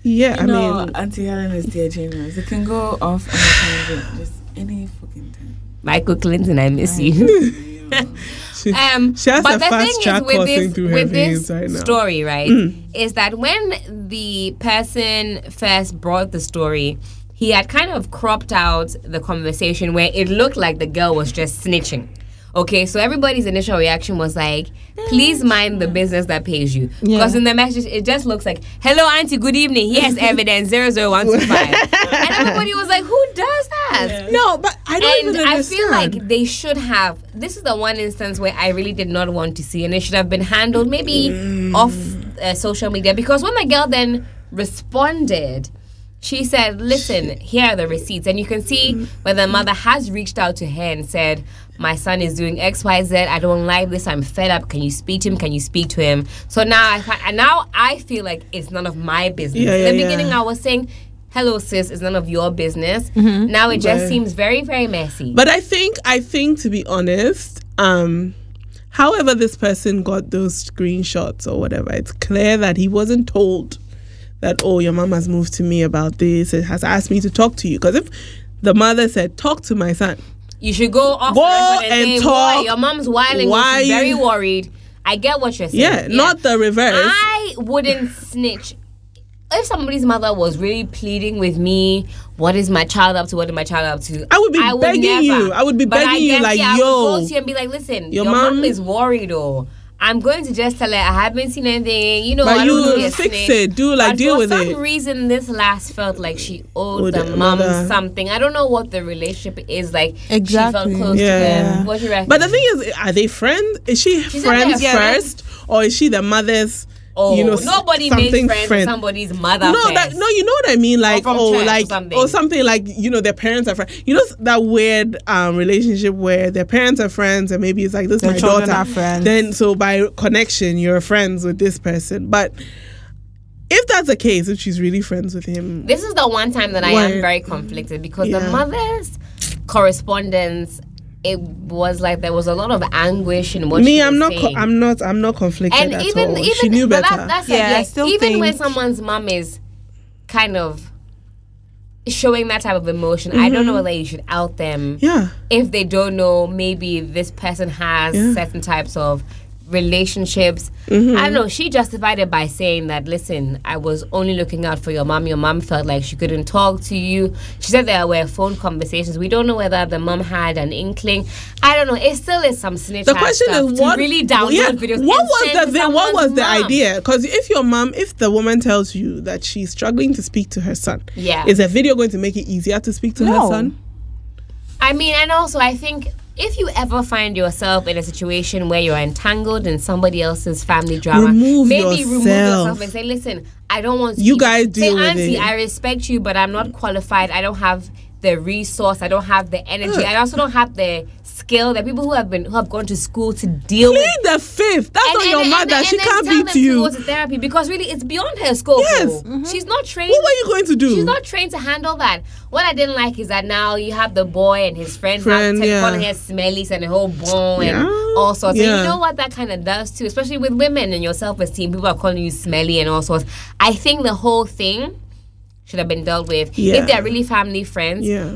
Speaker 1: yeah,
Speaker 4: You
Speaker 1: I
Speaker 4: know,
Speaker 1: mean,
Speaker 4: Auntie Helen is dear generous. It can go off any tangent, just any fucking time.
Speaker 2: Michael Clinton, I miss you.
Speaker 1: she,
Speaker 2: Um,
Speaker 1: she has
Speaker 2: but
Speaker 1: a
Speaker 2: the
Speaker 1: fast
Speaker 2: thing
Speaker 1: track
Speaker 2: is with
Speaker 1: coursing
Speaker 2: this,
Speaker 1: through her
Speaker 2: with this
Speaker 1: veins right now. Mm.
Speaker 2: story, right, is that when the person first brought the story, he had kind of cropped out the conversation where it looked like the girl was just snitching. Okay, so everybody's initial reaction was like, please mind the business that pays you. Because in the message, it just looks like, hello, auntie, good evening. Here's evidence 00125. and everybody was like, who does that?
Speaker 1: No, but I don't
Speaker 2: and
Speaker 1: even
Speaker 2: I
Speaker 1: understand.
Speaker 2: feel like they should have. This is the one instance where I really did not want to see, and it should have been handled maybe
Speaker 1: Mm.
Speaker 2: off uh, social media. Because when the girl then responded, she said, "Listen, here are the receipts," and you can
Speaker 1: Mm.
Speaker 2: see where the mother has reached out to her and said. My son is doing X, Y, Z. I don't like this. I'm fed up. Can you speak to him? Can you speak to him? So now I fi- and now I feel like it's none of my business.
Speaker 1: Yeah,
Speaker 2: In the
Speaker 1: yeah, yeah.
Speaker 2: beginning, I was saying, "Hello, sis. It's none of your business." Now it just seems very, very messy.
Speaker 1: Mm-hmm. But I think, I think to be honest, um, however this person got those screenshots or whatever, it's clear that he wasn't told that oh your mom has moved to me about this and has asked me to talk to you because if the mother said talk to my son,
Speaker 2: You should go off
Speaker 1: Go
Speaker 2: the record and,
Speaker 1: and
Speaker 2: say,
Speaker 1: talk.
Speaker 2: Boy, your mom's wilding.
Speaker 1: Why
Speaker 2: Why? She's very
Speaker 1: you-
Speaker 2: worried. I get what you're saying.
Speaker 1: yeah, not the reverse.
Speaker 2: I wouldn't snitch. If somebody's mother was really pleading with me, what is my child up to? What is my child up to?
Speaker 1: I would be begging you. I would be
Speaker 2: But I
Speaker 1: begging you,
Speaker 2: guess,
Speaker 1: like,
Speaker 2: yeah, I
Speaker 1: yo,
Speaker 2: would go to you and be like, listen,
Speaker 1: your
Speaker 2: your, mom,
Speaker 1: mom-
Speaker 2: is worried or I'm going to just tell her I haven't seen anything. You know,
Speaker 1: But
Speaker 2: I
Speaker 1: you
Speaker 2: don't wanna be a
Speaker 1: fix
Speaker 2: snitch.
Speaker 1: it. Do, like,
Speaker 2: But
Speaker 1: deal with
Speaker 2: For
Speaker 1: it.
Speaker 2: some reason, this last felt like she owed
Speaker 1: With
Speaker 2: the
Speaker 1: the
Speaker 2: mom
Speaker 1: mother.
Speaker 2: something. I don't know what the relationship is like. She
Speaker 3: Exactly.
Speaker 2: felt close
Speaker 1: Yeah.
Speaker 2: to
Speaker 1: Yeah.
Speaker 2: them. What do you reckon?
Speaker 1: But the thing is, are they friends? Is she
Speaker 2: She said
Speaker 1: friends
Speaker 2: they're
Speaker 1: first,
Speaker 2: friends.
Speaker 1: or is she the mother's?
Speaker 2: oh,
Speaker 1: you know, s-
Speaker 2: nobody makes
Speaker 1: something
Speaker 2: friends
Speaker 1: friend-
Speaker 2: with somebody's mother.
Speaker 1: No, that
Speaker 2: first.
Speaker 1: no, you know what I mean, like
Speaker 2: from
Speaker 1: oh,
Speaker 2: church or
Speaker 1: like
Speaker 2: something.
Speaker 1: or something like you know their parents are friends. You know s- that weird um, relationship where their parents are friends, and maybe it's like this is
Speaker 3: Their
Speaker 1: my
Speaker 3: children
Speaker 1: daughter.
Speaker 3: are friends.
Speaker 1: Then so by connection, you're friends with this person, but If that's the case, if she's really friends with him,
Speaker 2: This is the one time that I
Speaker 1: Why?
Speaker 2: am very conflicted because
Speaker 1: Yeah.
Speaker 2: the mother's correspondence, it was like there was a lot of anguish in what
Speaker 1: me,
Speaker 2: Oh, she
Speaker 1: I'm
Speaker 2: was
Speaker 1: not, co-
Speaker 2: saying.
Speaker 1: I'm not, I'm not conflicted
Speaker 2: and
Speaker 1: at
Speaker 2: even
Speaker 1: all.
Speaker 2: even
Speaker 1: she knew
Speaker 2: but
Speaker 1: better.
Speaker 2: that- that's like,
Speaker 3: Yeah, I
Speaker 2: like,
Speaker 3: still
Speaker 2: even when
Speaker 3: think-
Speaker 2: someone's mom is kind of showing that type of emotion, I
Speaker 3: Mm-hmm.
Speaker 2: don't know whether you should out them
Speaker 1: yeah,
Speaker 2: if they don't know maybe this person has
Speaker 1: Yeah. Mm-hmm.
Speaker 2: certain types of relationships i don't know she justified it by saying that listen i was only looking out for your mom your mom felt like she couldn't talk to you she said there were phone conversations we don't know whether the mom had an inkling i don't know it still is some snitch
Speaker 1: the question
Speaker 2: stuff
Speaker 1: is
Speaker 2: to
Speaker 1: what
Speaker 2: really download
Speaker 1: yeah,
Speaker 2: videos
Speaker 1: What
Speaker 2: and
Speaker 1: was
Speaker 2: send
Speaker 1: the
Speaker 2: to
Speaker 1: thing? What was
Speaker 2: someone's
Speaker 1: the
Speaker 2: mom.
Speaker 1: idea? Because if your mom, if the woman tells you that she's struggling to speak to her son,
Speaker 2: Yeah.
Speaker 1: is a video going to make it easier to speak to her
Speaker 3: No.
Speaker 1: son?
Speaker 2: I mean, and also, I think if you ever find yourself in a situation where you're entangled in somebody else's family drama,
Speaker 1: Remove
Speaker 2: maybe remove
Speaker 1: yourself.
Speaker 2: yourself and say, "Listen, I don't want to
Speaker 1: You
Speaker 2: be-
Speaker 1: guys deal
Speaker 2: say,
Speaker 1: with
Speaker 2: Auntie,
Speaker 1: it."
Speaker 2: I respect you, but I'm not qualified. I don't have the resource. I don't have the energy. I also don't have the skill. The people who have been who have gone to school to deal with."
Speaker 1: Plead the fifth. That's not your mother.
Speaker 2: and
Speaker 1: she
Speaker 2: then
Speaker 1: can't
Speaker 2: tell
Speaker 1: beat
Speaker 2: them to
Speaker 1: you.
Speaker 2: go to therapy because really it's beyond her scope.
Speaker 1: Yes.
Speaker 2: though. she's not trained.
Speaker 1: What were you going to do?
Speaker 2: She's not trained to handle that. What I didn't like is that now you have the boy and his friend,
Speaker 1: Friend,
Speaker 2: have
Speaker 1: yeah.
Speaker 2: calling her smellies and a whole bone
Speaker 1: Yeah.
Speaker 2: and all sorts. And
Speaker 1: Yeah.
Speaker 2: you know what that kind of does too, especially with women and your self esteem. People are calling you smelly and all sorts. I think the whole thing should have been dealt with.
Speaker 1: Yeah.
Speaker 2: If they're really family friends,
Speaker 1: yeah.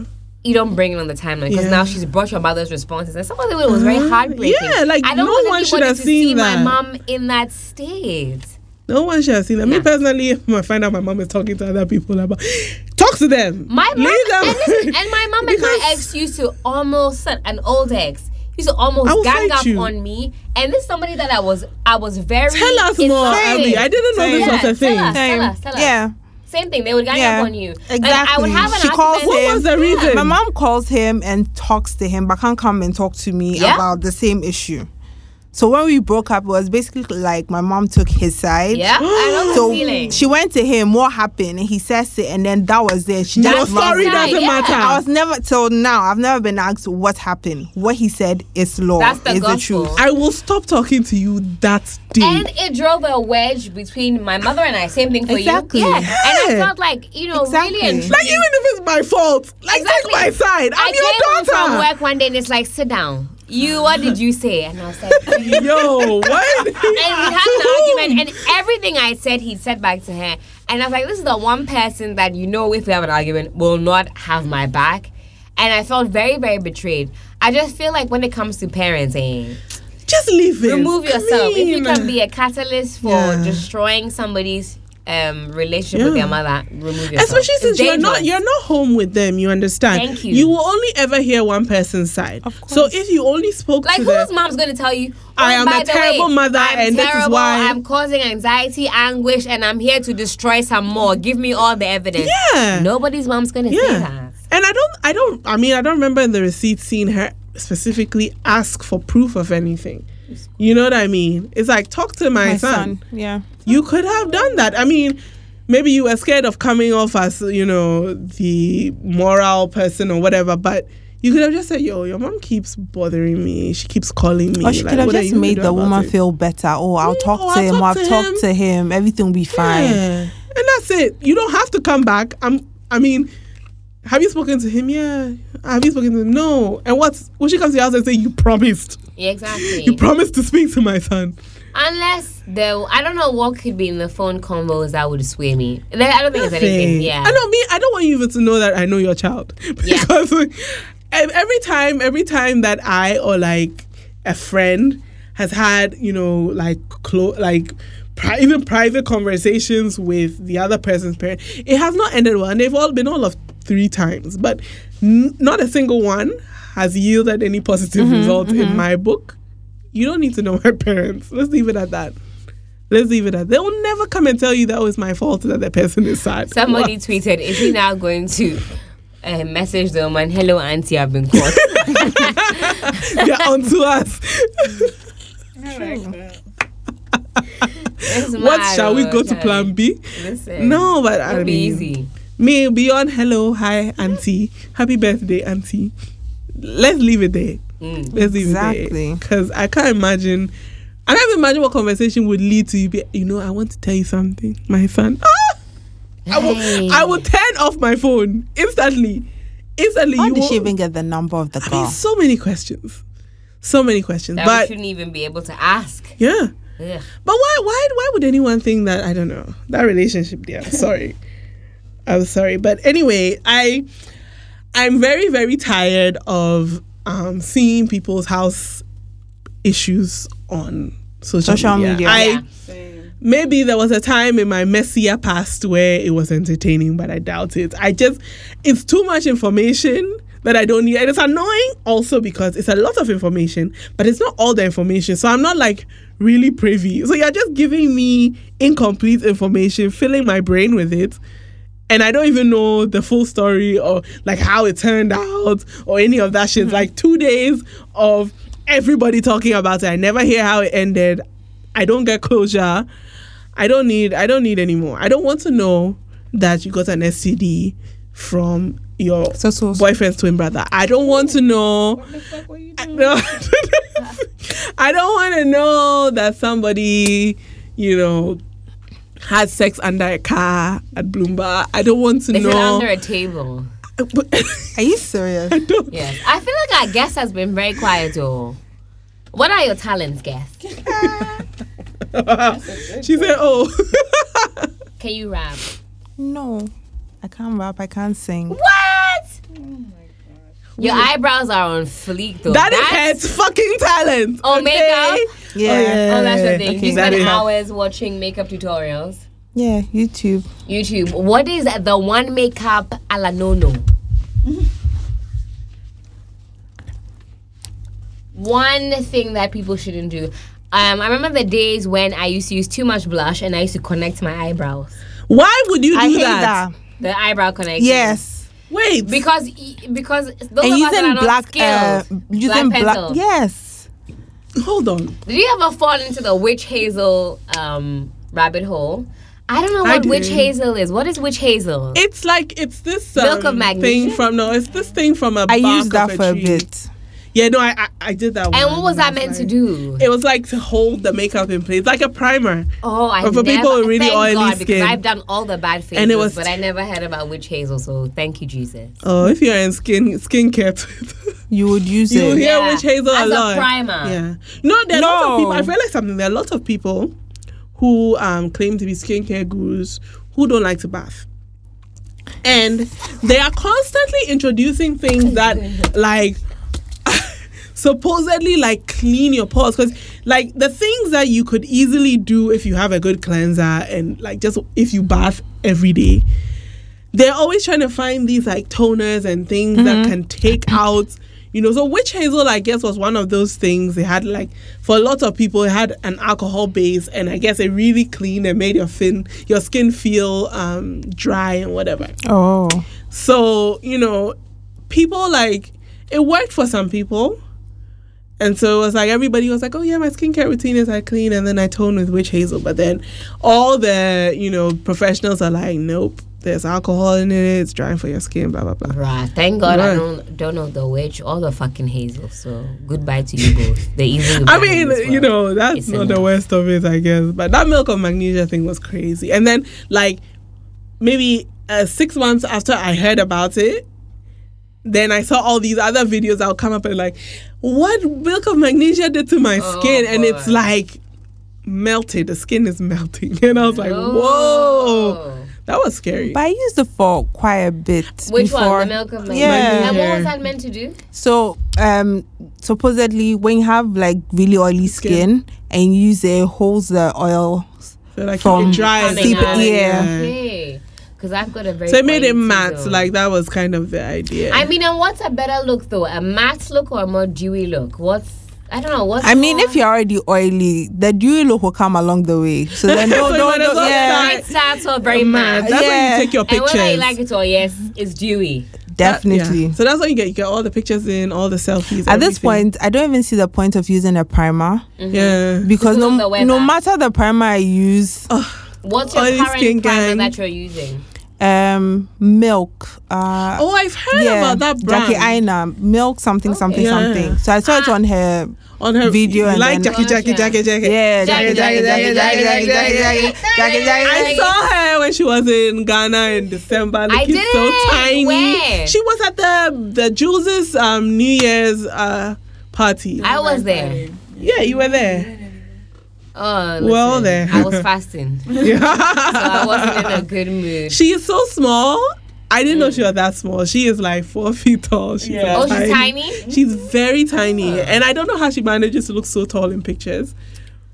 Speaker 2: you don't bring it on the timeline because
Speaker 1: Yeah. Uh-huh.
Speaker 2: now she's brought your mother's responses, and some of it was very heartbreaking.
Speaker 1: Yeah, like,
Speaker 2: I don't
Speaker 1: no
Speaker 2: want
Speaker 1: one should
Speaker 2: anybody
Speaker 1: have
Speaker 2: to
Speaker 1: seen
Speaker 2: see
Speaker 1: that.
Speaker 2: my mom in that state.
Speaker 1: No one should have seen that. Me personally, if I find out my mom is talking to other people about, talk to them.
Speaker 2: My mom
Speaker 1: Leave them.
Speaker 2: and, listen, and my mom and my
Speaker 1: Because-
Speaker 2: ex used to almost an old ex used to almost
Speaker 1: I will
Speaker 2: gang
Speaker 1: fight
Speaker 2: up
Speaker 1: you.
Speaker 2: on me, and this is somebody that I was I was very
Speaker 1: Tell us more,
Speaker 2: insulted.
Speaker 1: Abby. I didn't know
Speaker 3: Same.
Speaker 1: this
Speaker 2: Yeah,
Speaker 1: was a
Speaker 2: tell
Speaker 1: thing.
Speaker 2: us. Tell
Speaker 3: Same.
Speaker 2: us, tell us.
Speaker 3: Yeah.
Speaker 2: Same thing. They would gang
Speaker 3: Yeah,
Speaker 2: up on you. And I
Speaker 3: exactly.
Speaker 2: would have an
Speaker 3: She calls
Speaker 2: argument-
Speaker 1: What was the reason?
Speaker 3: My mom calls him and talks to him, but can't come and talk to me
Speaker 2: Yeah.
Speaker 3: about the same issue. So when we broke up, it was basically like my mom took his side.
Speaker 2: Yeah, I know the
Speaker 3: So
Speaker 2: feeling.
Speaker 3: she went to him. What happened? And he says it, and then that was it. She
Speaker 1: Your
Speaker 3: just runs
Speaker 1: story
Speaker 2: right,
Speaker 3: away.
Speaker 1: doesn't
Speaker 2: yeah.
Speaker 3: I
Speaker 1: matter.
Speaker 3: was never till now. I've never been asked what happened. What he said is law.
Speaker 2: That's the
Speaker 3: is the
Speaker 2: gospel.
Speaker 3: truth.
Speaker 1: I will stop talking to you that day.
Speaker 2: And it drove a wedge between my mother and I. Same thing for
Speaker 3: Exactly.
Speaker 2: you. Yeah. And I
Speaker 1: Yeah.
Speaker 2: felt like, you know,
Speaker 3: Exactly.
Speaker 2: really and
Speaker 1: like even if it's my fault, like
Speaker 2: Exactly.
Speaker 1: take my side. I'm
Speaker 2: I
Speaker 1: your
Speaker 2: came home from
Speaker 1: daughter.
Speaker 2: work one day and it's like, sit down. You, what did you say? And I was like, and
Speaker 1: Yo, what?
Speaker 2: we had an argument, and everything I said, he said back to her. And I was like, this is the one person that you know, if we have an argument, will not have my back. And I felt very, very betrayed. I just feel like when it comes to parenting,
Speaker 1: Just leave it.
Speaker 2: remove
Speaker 1: I
Speaker 2: yourself. if you
Speaker 1: mean,
Speaker 2: can be a catalyst for
Speaker 1: Yeah.
Speaker 2: destroying somebody's um, relationship with
Speaker 1: Yeah.
Speaker 2: their mother, remove yourself.
Speaker 1: Especially
Speaker 2: It's
Speaker 1: since you're not
Speaker 2: dangerous.
Speaker 1: you're not home with them, you understand.
Speaker 2: Thank you.
Speaker 1: You will only ever hear one person's side. Of course. So if you only spoke
Speaker 2: Like
Speaker 1: to
Speaker 2: whose
Speaker 1: them,
Speaker 2: mom's gonna tell you? "Oh,
Speaker 1: I am
Speaker 2: by
Speaker 1: a
Speaker 2: the
Speaker 1: terrible mother
Speaker 2: I'm
Speaker 1: and this is
Speaker 2: terrible,
Speaker 1: why-
Speaker 2: I'm causing anxiety, anguish, and I'm here to destroy some more. Give me all the evidence.
Speaker 1: yeah,
Speaker 2: Nobody's mom's gonna say
Speaker 1: yeah.
Speaker 2: that.
Speaker 1: And I don't, I don't, I mean, I don't remember in the receipt seeing her specifically ask for proof of anything. You know what I mean? It's like talk to my,
Speaker 3: my
Speaker 1: son.
Speaker 3: son. Yeah.
Speaker 1: You could have done that. I mean. Maybe you were scared of coming off as, you know, the moral person or whatever, but you could have just said, Yo, your mom keeps bothering me. She keeps calling me.
Speaker 3: Or Oh, she
Speaker 1: Like,
Speaker 3: could have
Speaker 1: what are
Speaker 3: just
Speaker 1: you gonna
Speaker 3: made
Speaker 1: do
Speaker 3: the
Speaker 1: about
Speaker 3: woman
Speaker 1: it?
Speaker 3: feel better. Oh, I'll talk
Speaker 1: Oh,
Speaker 3: to
Speaker 1: I'll
Speaker 3: him.
Speaker 1: talk
Speaker 3: I'll
Speaker 1: to him.
Speaker 3: talk to him. Everything will be fine.
Speaker 1: Yeah. And that's it. You don't have to come back. I'm I mean, have you spoken to him? Yeah. Have you spoken to him? No. And what's when she comes to your house and say you promised.
Speaker 2: Yeah, exactly.
Speaker 1: You promised to speak to my son.
Speaker 2: Unless the I don't know what could be in the phone combos that would sway me. There- I don't think it's anything.
Speaker 1: Nothing.
Speaker 2: Yeah.
Speaker 1: I know me, I don't want you even to know that I know your child.
Speaker 2: Yeah.
Speaker 1: Because like, ev- every time every time that I or like a friend has had, you know, like close like pri- even private conversations with the other person's parent, it has not ended well, and they've all been all of three times, but n- not a single one has yielded any positive
Speaker 2: Mm-hmm,
Speaker 1: result in my book. You don't need to know my parents. Let's leave it at that. Let's leave it at. They will never come and tell you that was my fault that the person is sad.
Speaker 2: Somebody tweeted, "Is he now going to uh, message the woman? Hello, auntie, I've been caught."
Speaker 1: They're onto us.
Speaker 2: It's
Speaker 1: what
Speaker 2: mad,
Speaker 1: shall we
Speaker 2: oh,
Speaker 1: go to
Speaker 2: Charlie.
Speaker 1: plan B?
Speaker 2: Listen,
Speaker 1: No, but I
Speaker 2: it'll
Speaker 1: mean,
Speaker 2: be easy.
Speaker 1: me beyond hello, hi, auntie, happy birthday, auntie. Let's leave it there.
Speaker 2: Mm.
Speaker 1: Let's leave it there
Speaker 3: Exactly.
Speaker 1: because I can't imagine I can't even imagine what conversation would lead to you. Be, you know, I want to tell you something, my son. Ah! I will, I will turn off my phone instantly. Instantly,
Speaker 3: How
Speaker 1: you
Speaker 3: did she
Speaker 1: will-
Speaker 3: even get the number of the
Speaker 1: I mean,
Speaker 3: girl?
Speaker 1: so many questions, so many questions.
Speaker 2: that we
Speaker 1: but
Speaker 2: shouldn't even be able to ask.
Speaker 1: yeah,
Speaker 2: Ugh.
Speaker 1: but why, why, why would anyone think that? I don't know that relationship there. I'm sorry, I'm sorry. But anyway, I, I'm very, very tired of um, seeing people's house issues on social,
Speaker 3: Social media.
Speaker 1: I
Speaker 2: Yeah.
Speaker 1: maybe there was a time in my messier past where it was entertaining, but I doubt it. I just, it's too much information that I don't need. And it's annoying also because it's a lot of information, but it's not all the information. So I'm not like really privy. So you're just giving me incomplete information, filling my brain with it. And I don't even know the full story or like how it turned out or any of that
Speaker 3: Mm-hmm.
Speaker 1: shit. Like two days of everybody talking about it. I never hear how it ended. I don't get closure. I don't need I don't need anymore. I don't want to know that you got an STD from your
Speaker 3: So, so, so.
Speaker 1: boyfriend's twin brother. I don't want to know. I- no. I don't want to know that somebody, you know, had sex under a car at Bloomberg. I don't want to
Speaker 2: They sit
Speaker 1: know.
Speaker 2: under a table.
Speaker 3: Are you serious?
Speaker 2: Yes. I feel like our guest has been very quiet, though. What are your talents, guest?
Speaker 1: she said, "Oh,
Speaker 2: Can you rap?
Speaker 3: No, I can't rap. I can't sing.
Speaker 2: What? Your eyebrows are on fleek, though.
Speaker 1: that
Speaker 2: That's-
Speaker 1: is her fucking talent."
Speaker 2: Oh, makeup?
Speaker 1: okay?
Speaker 3: Yeah,
Speaker 1: Oh, yeah.
Speaker 2: Oh, that's the thing.
Speaker 1: Okay,
Speaker 2: you
Speaker 1: that
Speaker 2: spend
Speaker 1: is-
Speaker 2: hours watching makeup tutorials.
Speaker 3: yeah. YouTube.
Speaker 2: YouTube. What is the one makeup a la no no? One thing that people shouldn't do. Um, I remember the days when I used to use too much blush and I used to connect my eyebrows.
Speaker 1: Why would you do
Speaker 3: I hate
Speaker 1: that?
Speaker 3: that.
Speaker 2: The eyebrow connection.
Speaker 3: Yes,
Speaker 1: Wait,
Speaker 2: Because because those
Speaker 3: and
Speaker 2: of us that are
Speaker 3: using
Speaker 2: not
Speaker 3: black, uh,
Speaker 2: skilled,
Speaker 3: using
Speaker 2: black
Speaker 3: black.
Speaker 2: pencil.
Speaker 3: Yes,
Speaker 1: hold on.
Speaker 2: Did you ever fall into the witch hazel um, rabbit hole? I don't know
Speaker 1: I
Speaker 2: what witch
Speaker 1: did.
Speaker 2: hazel is. What is witch hazel?
Speaker 1: It's like it's this um,
Speaker 2: Milk of magnesia?
Speaker 1: thing from no, it's this thing from a
Speaker 3: I
Speaker 1: bark
Speaker 3: used that
Speaker 1: of a
Speaker 3: for a
Speaker 1: tree.
Speaker 3: bit.
Speaker 1: Yeah, no, I I, I did that.
Speaker 2: and
Speaker 1: one.
Speaker 2: what was that meant to do?
Speaker 1: It was like to hold the makeup in place, like a primer.
Speaker 2: Oh, I
Speaker 1: But for
Speaker 2: never,
Speaker 1: people with really
Speaker 2: thank
Speaker 1: oily
Speaker 2: God, because
Speaker 1: skin.
Speaker 2: I've done all the bad faces,
Speaker 1: And it was-
Speaker 2: but I never heard about witch hazel. So thank you, Jesus.
Speaker 1: Oh, if you're in skin skincare, Twitter,
Speaker 3: You would use
Speaker 1: you hear
Speaker 3: it.
Speaker 2: Yeah,
Speaker 1: witch hazel
Speaker 2: as
Speaker 1: a
Speaker 2: a
Speaker 1: lot.
Speaker 2: primer.
Speaker 1: Yeah. No, there are lots of
Speaker 3: No.
Speaker 1: people. I feel like something. There are lots of people who um, claim to be skincare gurus who don't like to bath. And they are constantly introducing things that, like, supposedly, like, clean your pores. Because, like, the things that you could easily do if you have a good cleanser and, like, just if you bath every day, they're always trying to find these like toners and things that can take out you know so witch hazel i guess was one of those things they had like for a lot of people it had an alcohol base and i guess it really cleaned and made your fin your skin feel um dry and whatever
Speaker 3: Oh,
Speaker 1: so you know people like it worked for some people and so it was like everybody was like, "Oh yeah, my skincare routine is I clean and then I tone with witch hazel." But then all the you know professionals are like, "Nope, there's alcohol in it. It's drying for your skin." Blah blah blah.
Speaker 2: Bruh, thank God I
Speaker 1: Right.
Speaker 2: don't don't know the witch or the fucking hazel. So goodbye to you both. The evil.
Speaker 1: I
Speaker 2: of man in
Speaker 1: mean,
Speaker 2: this
Speaker 1: you
Speaker 2: world.
Speaker 1: know, that's
Speaker 2: It's
Speaker 1: not
Speaker 2: enough.
Speaker 1: the worst of it, I guess. But that milk of magnesia thing was crazy. And then like maybe uh, six months after I heard about it. Then I saw all these other videos that would come up and like, what milk of magnesia did to my skin, and it's
Speaker 2: Oh, boy.
Speaker 1: like melted. The skin is melting, and I was like, whoa.
Speaker 2: Oh.
Speaker 1: That was scary.
Speaker 3: but I used it for quite a bit
Speaker 2: Which
Speaker 3: before.
Speaker 2: one? The milk of magnesia.
Speaker 3: Yeah.
Speaker 2: And what was that meant to do?
Speaker 3: So, um, supposedly when you have like really oily skin,
Speaker 1: Skin.
Speaker 3: and you use it, it holds the oil.
Speaker 1: so like
Speaker 3: From
Speaker 1: it dries. and
Speaker 3: Coming out.
Speaker 1: dries,
Speaker 3: Yeah.
Speaker 2: Because I've got a very.
Speaker 1: So it made
Speaker 2: oily
Speaker 1: it matte.
Speaker 2: skin, though.
Speaker 1: Like that was kind of the idea.
Speaker 2: I mean, and what's a better look though? A matte look or a more dewy look? What's I don't know. What's
Speaker 3: I mean,
Speaker 2: more-
Speaker 3: if you're already oily, the dewy look will come along the way. So then,
Speaker 1: So
Speaker 3: don't,
Speaker 1: you
Speaker 3: don't,
Speaker 1: might as
Speaker 3: don't-
Speaker 1: well
Speaker 3: yeah,
Speaker 1: start
Speaker 2: it starts off very matte.
Speaker 1: Matte. That's when
Speaker 3: Yeah.
Speaker 1: you take your
Speaker 2: And
Speaker 1: pictures.
Speaker 2: whether you like it or yes, it's dewy.
Speaker 3: definitely.
Speaker 1: Yeah. So that's when you get you get all the pictures in, all the selfies.
Speaker 3: At this
Speaker 1: everything.
Speaker 3: point, I don't even see the point of using a primer
Speaker 1: yeah.
Speaker 2: Because
Speaker 3: because no,
Speaker 2: of the
Speaker 3: no
Speaker 2: weather.
Speaker 3: matter the primer I use,
Speaker 2: What's your
Speaker 1: Oily
Speaker 2: current
Speaker 1: skin
Speaker 2: primer
Speaker 1: gang.
Speaker 2: that you're using?
Speaker 3: um, milk. Uh,
Speaker 1: Oh, I've heard about that brand.
Speaker 3: Jackie Aina, milk something, something,
Speaker 1: Yeah.
Speaker 3: something. So I saw
Speaker 2: Ah.
Speaker 3: it on her.
Speaker 1: on her
Speaker 3: video
Speaker 1: you
Speaker 3: and
Speaker 1: like
Speaker 3: then-
Speaker 1: Jackie, Jackie,
Speaker 2: Gotcha.
Speaker 1: Jackie, Jackie.
Speaker 3: Yeah,
Speaker 2: Jackie, Jackie, Jackie, Jackie, Jackie, Jackie, Jackie,
Speaker 3: Jackie,
Speaker 1: I
Speaker 3: Jackie.
Speaker 1: saw her when she was in Ghana in December, looking so
Speaker 2: did.
Speaker 1: tiny.
Speaker 2: Where?
Speaker 1: She was at the the Jules's um, New Year's uh, party.
Speaker 2: I was there.
Speaker 1: yeah, you were there.
Speaker 2: Oh,
Speaker 1: Well,
Speaker 2: listen,
Speaker 1: there.
Speaker 2: I was fasting, so I wasn't in a good mood.
Speaker 1: she is so small. I didn't know she was that small. She is like four feet tall. She's
Speaker 4: Yeah.
Speaker 1: so
Speaker 2: Mm. Oh, she's tiny?
Speaker 1: She's very tiny, and I don't know how she manages to look so tall in pictures.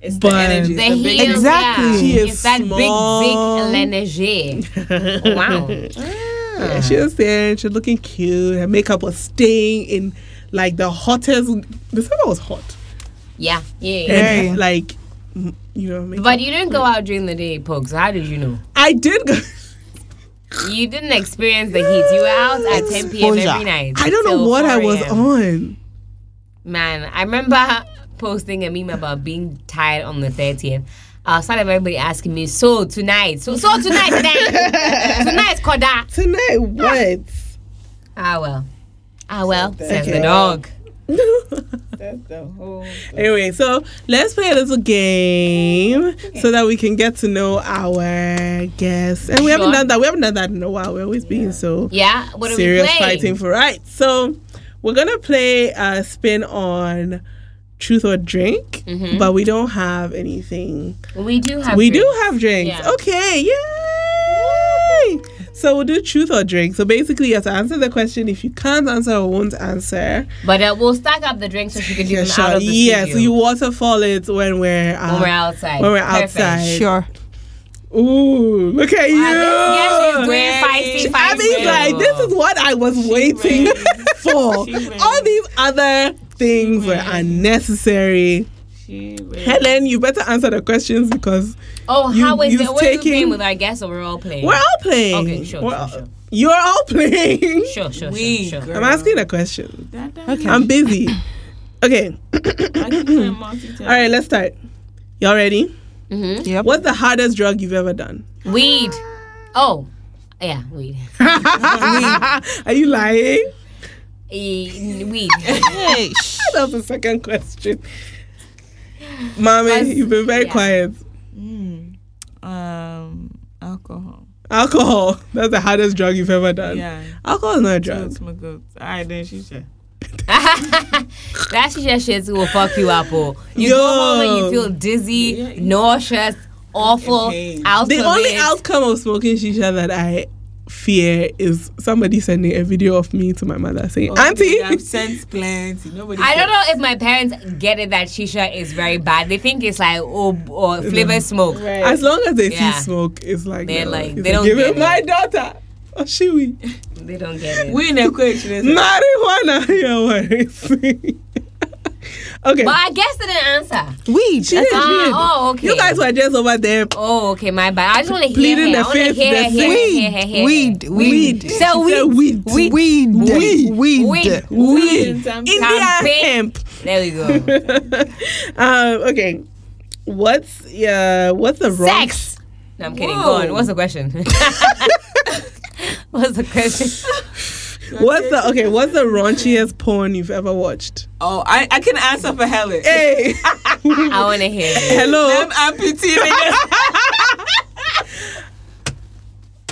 Speaker 4: It's
Speaker 1: But-
Speaker 4: the energy.
Speaker 2: The
Speaker 4: it's the big
Speaker 2: heels,
Speaker 3: Exactly.
Speaker 2: yeah.
Speaker 1: She
Speaker 2: it's
Speaker 1: is
Speaker 2: that
Speaker 1: small.
Speaker 2: big, big Lenager. wow.
Speaker 1: Yeah, she was there. She was looking cute. Her makeup was staying in like the hottest. The summer was hot.
Speaker 2: Yeah, yeah. yeah.
Speaker 1: And,
Speaker 3: Yeah.
Speaker 1: like, m- you know, makeup.
Speaker 2: But you didn't go out during the day, Pokes. How did you know?
Speaker 1: I did go.
Speaker 2: You didn't experience the heat. You were out at 10 p.m. every
Speaker 3: Exposure.
Speaker 2: night.
Speaker 1: I don't know
Speaker 2: till
Speaker 1: what I
Speaker 2: 4
Speaker 1: was
Speaker 2: a.m..
Speaker 1: on.
Speaker 2: Man, I remember posting a meme about being tired on the 30th. I was tired of everybody asking me, so tonight, so, so tonight, tonight, tonight, Koda.
Speaker 1: Tonight, what?
Speaker 2: Ah, well. Ah, well, says the
Speaker 1: Okay.
Speaker 2: dog.
Speaker 4: That's the whole.
Speaker 1: anyway, so let's play a little game so that we can get to know our guests. And we haven't
Speaker 2: Sure.
Speaker 1: done that. We haven't done that in a while. We're always being so
Speaker 2: Yeah? What are
Speaker 1: serious
Speaker 2: we playing?
Speaker 1: fighting for rights. So we're gonna play a spin on truth or drink, but we don't have anything.
Speaker 2: We do Mm-hmm. have
Speaker 1: we
Speaker 2: drinks.
Speaker 1: do have drinks.
Speaker 2: Yeah.
Speaker 1: Okay, yay! So we'll do truth or drink. So basically, you have to answer the question. If you can't answer or won't answer,
Speaker 2: But uh, we'll stack up the drinks so she can do
Speaker 1: yeah,
Speaker 2: them
Speaker 1: sure.
Speaker 2: out of the
Speaker 1: yeah, so you
Speaker 2: studio
Speaker 1: waterfall it when we're uh,
Speaker 2: when we're outside.
Speaker 1: when we're
Speaker 2: Perfect.
Speaker 1: outside.
Speaker 3: Sure.
Speaker 1: Ooh, look at you!
Speaker 2: Yes, she's doing feisty, feisty.
Speaker 1: I mean, like, this is what I was waiting for.
Speaker 4: She ready.
Speaker 1: All these other things were unnecessary.
Speaker 4: She really-
Speaker 1: Helen, you better answer the questions because
Speaker 2: Oh,
Speaker 1: You-
Speaker 2: how is
Speaker 1: you've
Speaker 2: it? What are we
Speaker 1: taken-
Speaker 2: playing with our guests or we're all playing?
Speaker 1: we're all playing.
Speaker 2: Okay, sure,
Speaker 1: We're-
Speaker 2: sure, sure.
Speaker 1: You're all playing.
Speaker 2: Sure, sure,
Speaker 4: We
Speaker 2: sure, sure.
Speaker 1: I'm asking a question.
Speaker 4: Da, da,
Speaker 3: Okay.
Speaker 1: I'm busy. okay.
Speaker 4: I can multitask.
Speaker 1: All right, let's start. Y'all ready?
Speaker 2: Mhm.
Speaker 3: Yep.
Speaker 1: What's the hardest drug you've ever done?
Speaker 2: Weed. Oh, yeah, weed.
Speaker 1: Are you lying?
Speaker 2: Eh, weed.
Speaker 3: Hey, sh-
Speaker 1: That was the second question. Mommy, you've been very
Speaker 2: yeah.
Speaker 1: quiet.
Speaker 4: Mm, um, alcohol.
Speaker 1: Alcohol. That's the hardest drug you've ever done.
Speaker 4: Yeah.
Speaker 1: Alcohol is not a drug.
Speaker 4: Goats, my goats. All right, then she said.
Speaker 2: That's just shit who will fuck you up. Oh, you go home and you
Speaker 1: Yo.
Speaker 2: feel dizzy,
Speaker 4: Yeah, yeah.
Speaker 2: nauseous, awful,
Speaker 4: pain.
Speaker 2: out
Speaker 1: The
Speaker 2: of
Speaker 1: only
Speaker 2: it.
Speaker 1: outcome of smoking shisha that I fear is somebody sending a video of me to my mother
Speaker 2: Oh,
Speaker 1: saying, Auntie,
Speaker 4: I've sent plenty. Nobody.
Speaker 2: I don't
Speaker 4: said-
Speaker 2: know if my parents get it that shisha is very bad. They think it's like oh, or flavor smoke.
Speaker 1: as long as they
Speaker 2: Yeah.
Speaker 1: see smoke, it's like,
Speaker 2: They're
Speaker 1: no.
Speaker 2: like,
Speaker 1: It's
Speaker 2: they don't
Speaker 1: give
Speaker 2: get
Speaker 1: it
Speaker 2: it.
Speaker 1: my daughter. Oh, shiwi.
Speaker 2: They don't get it.
Speaker 4: We in a coach. That's
Speaker 1: Marijuana. Yeah, worries. okay.
Speaker 2: But I guess they didn't answer.
Speaker 3: weed.
Speaker 1: She did, she
Speaker 2: Ah,
Speaker 1: did.
Speaker 2: oh, okay.
Speaker 1: You guys were just over there.
Speaker 2: Oh, okay, my bad. I just want to hear
Speaker 1: Pleading
Speaker 2: her.
Speaker 1: the
Speaker 2: I want to
Speaker 1: fifth,
Speaker 2: hear her,
Speaker 1: the
Speaker 2: hear her,
Speaker 1: sixth.
Speaker 2: hear her, hear her.
Speaker 3: Weed. Weed.
Speaker 1: Weed.
Speaker 2: So
Speaker 1: She said
Speaker 2: we-
Speaker 1: weed.
Speaker 3: Weed. Weed.
Speaker 1: Weed.
Speaker 3: Weed.
Speaker 2: Weed.
Speaker 1: Weed. India
Speaker 2: Campaign.
Speaker 1: hemp.
Speaker 2: There we go.
Speaker 1: um, okay. What's uh what's the wrong
Speaker 2: Sex. No, I'm kidding. Go on. What's the question? What's the question?
Speaker 1: what's the okay, what's the raunchiest porn you've ever watched?
Speaker 4: Oh, I, I can answer for Helen.
Speaker 1: Hey
Speaker 2: I want to hear it.
Speaker 1: Hello.
Speaker 4: Them amputee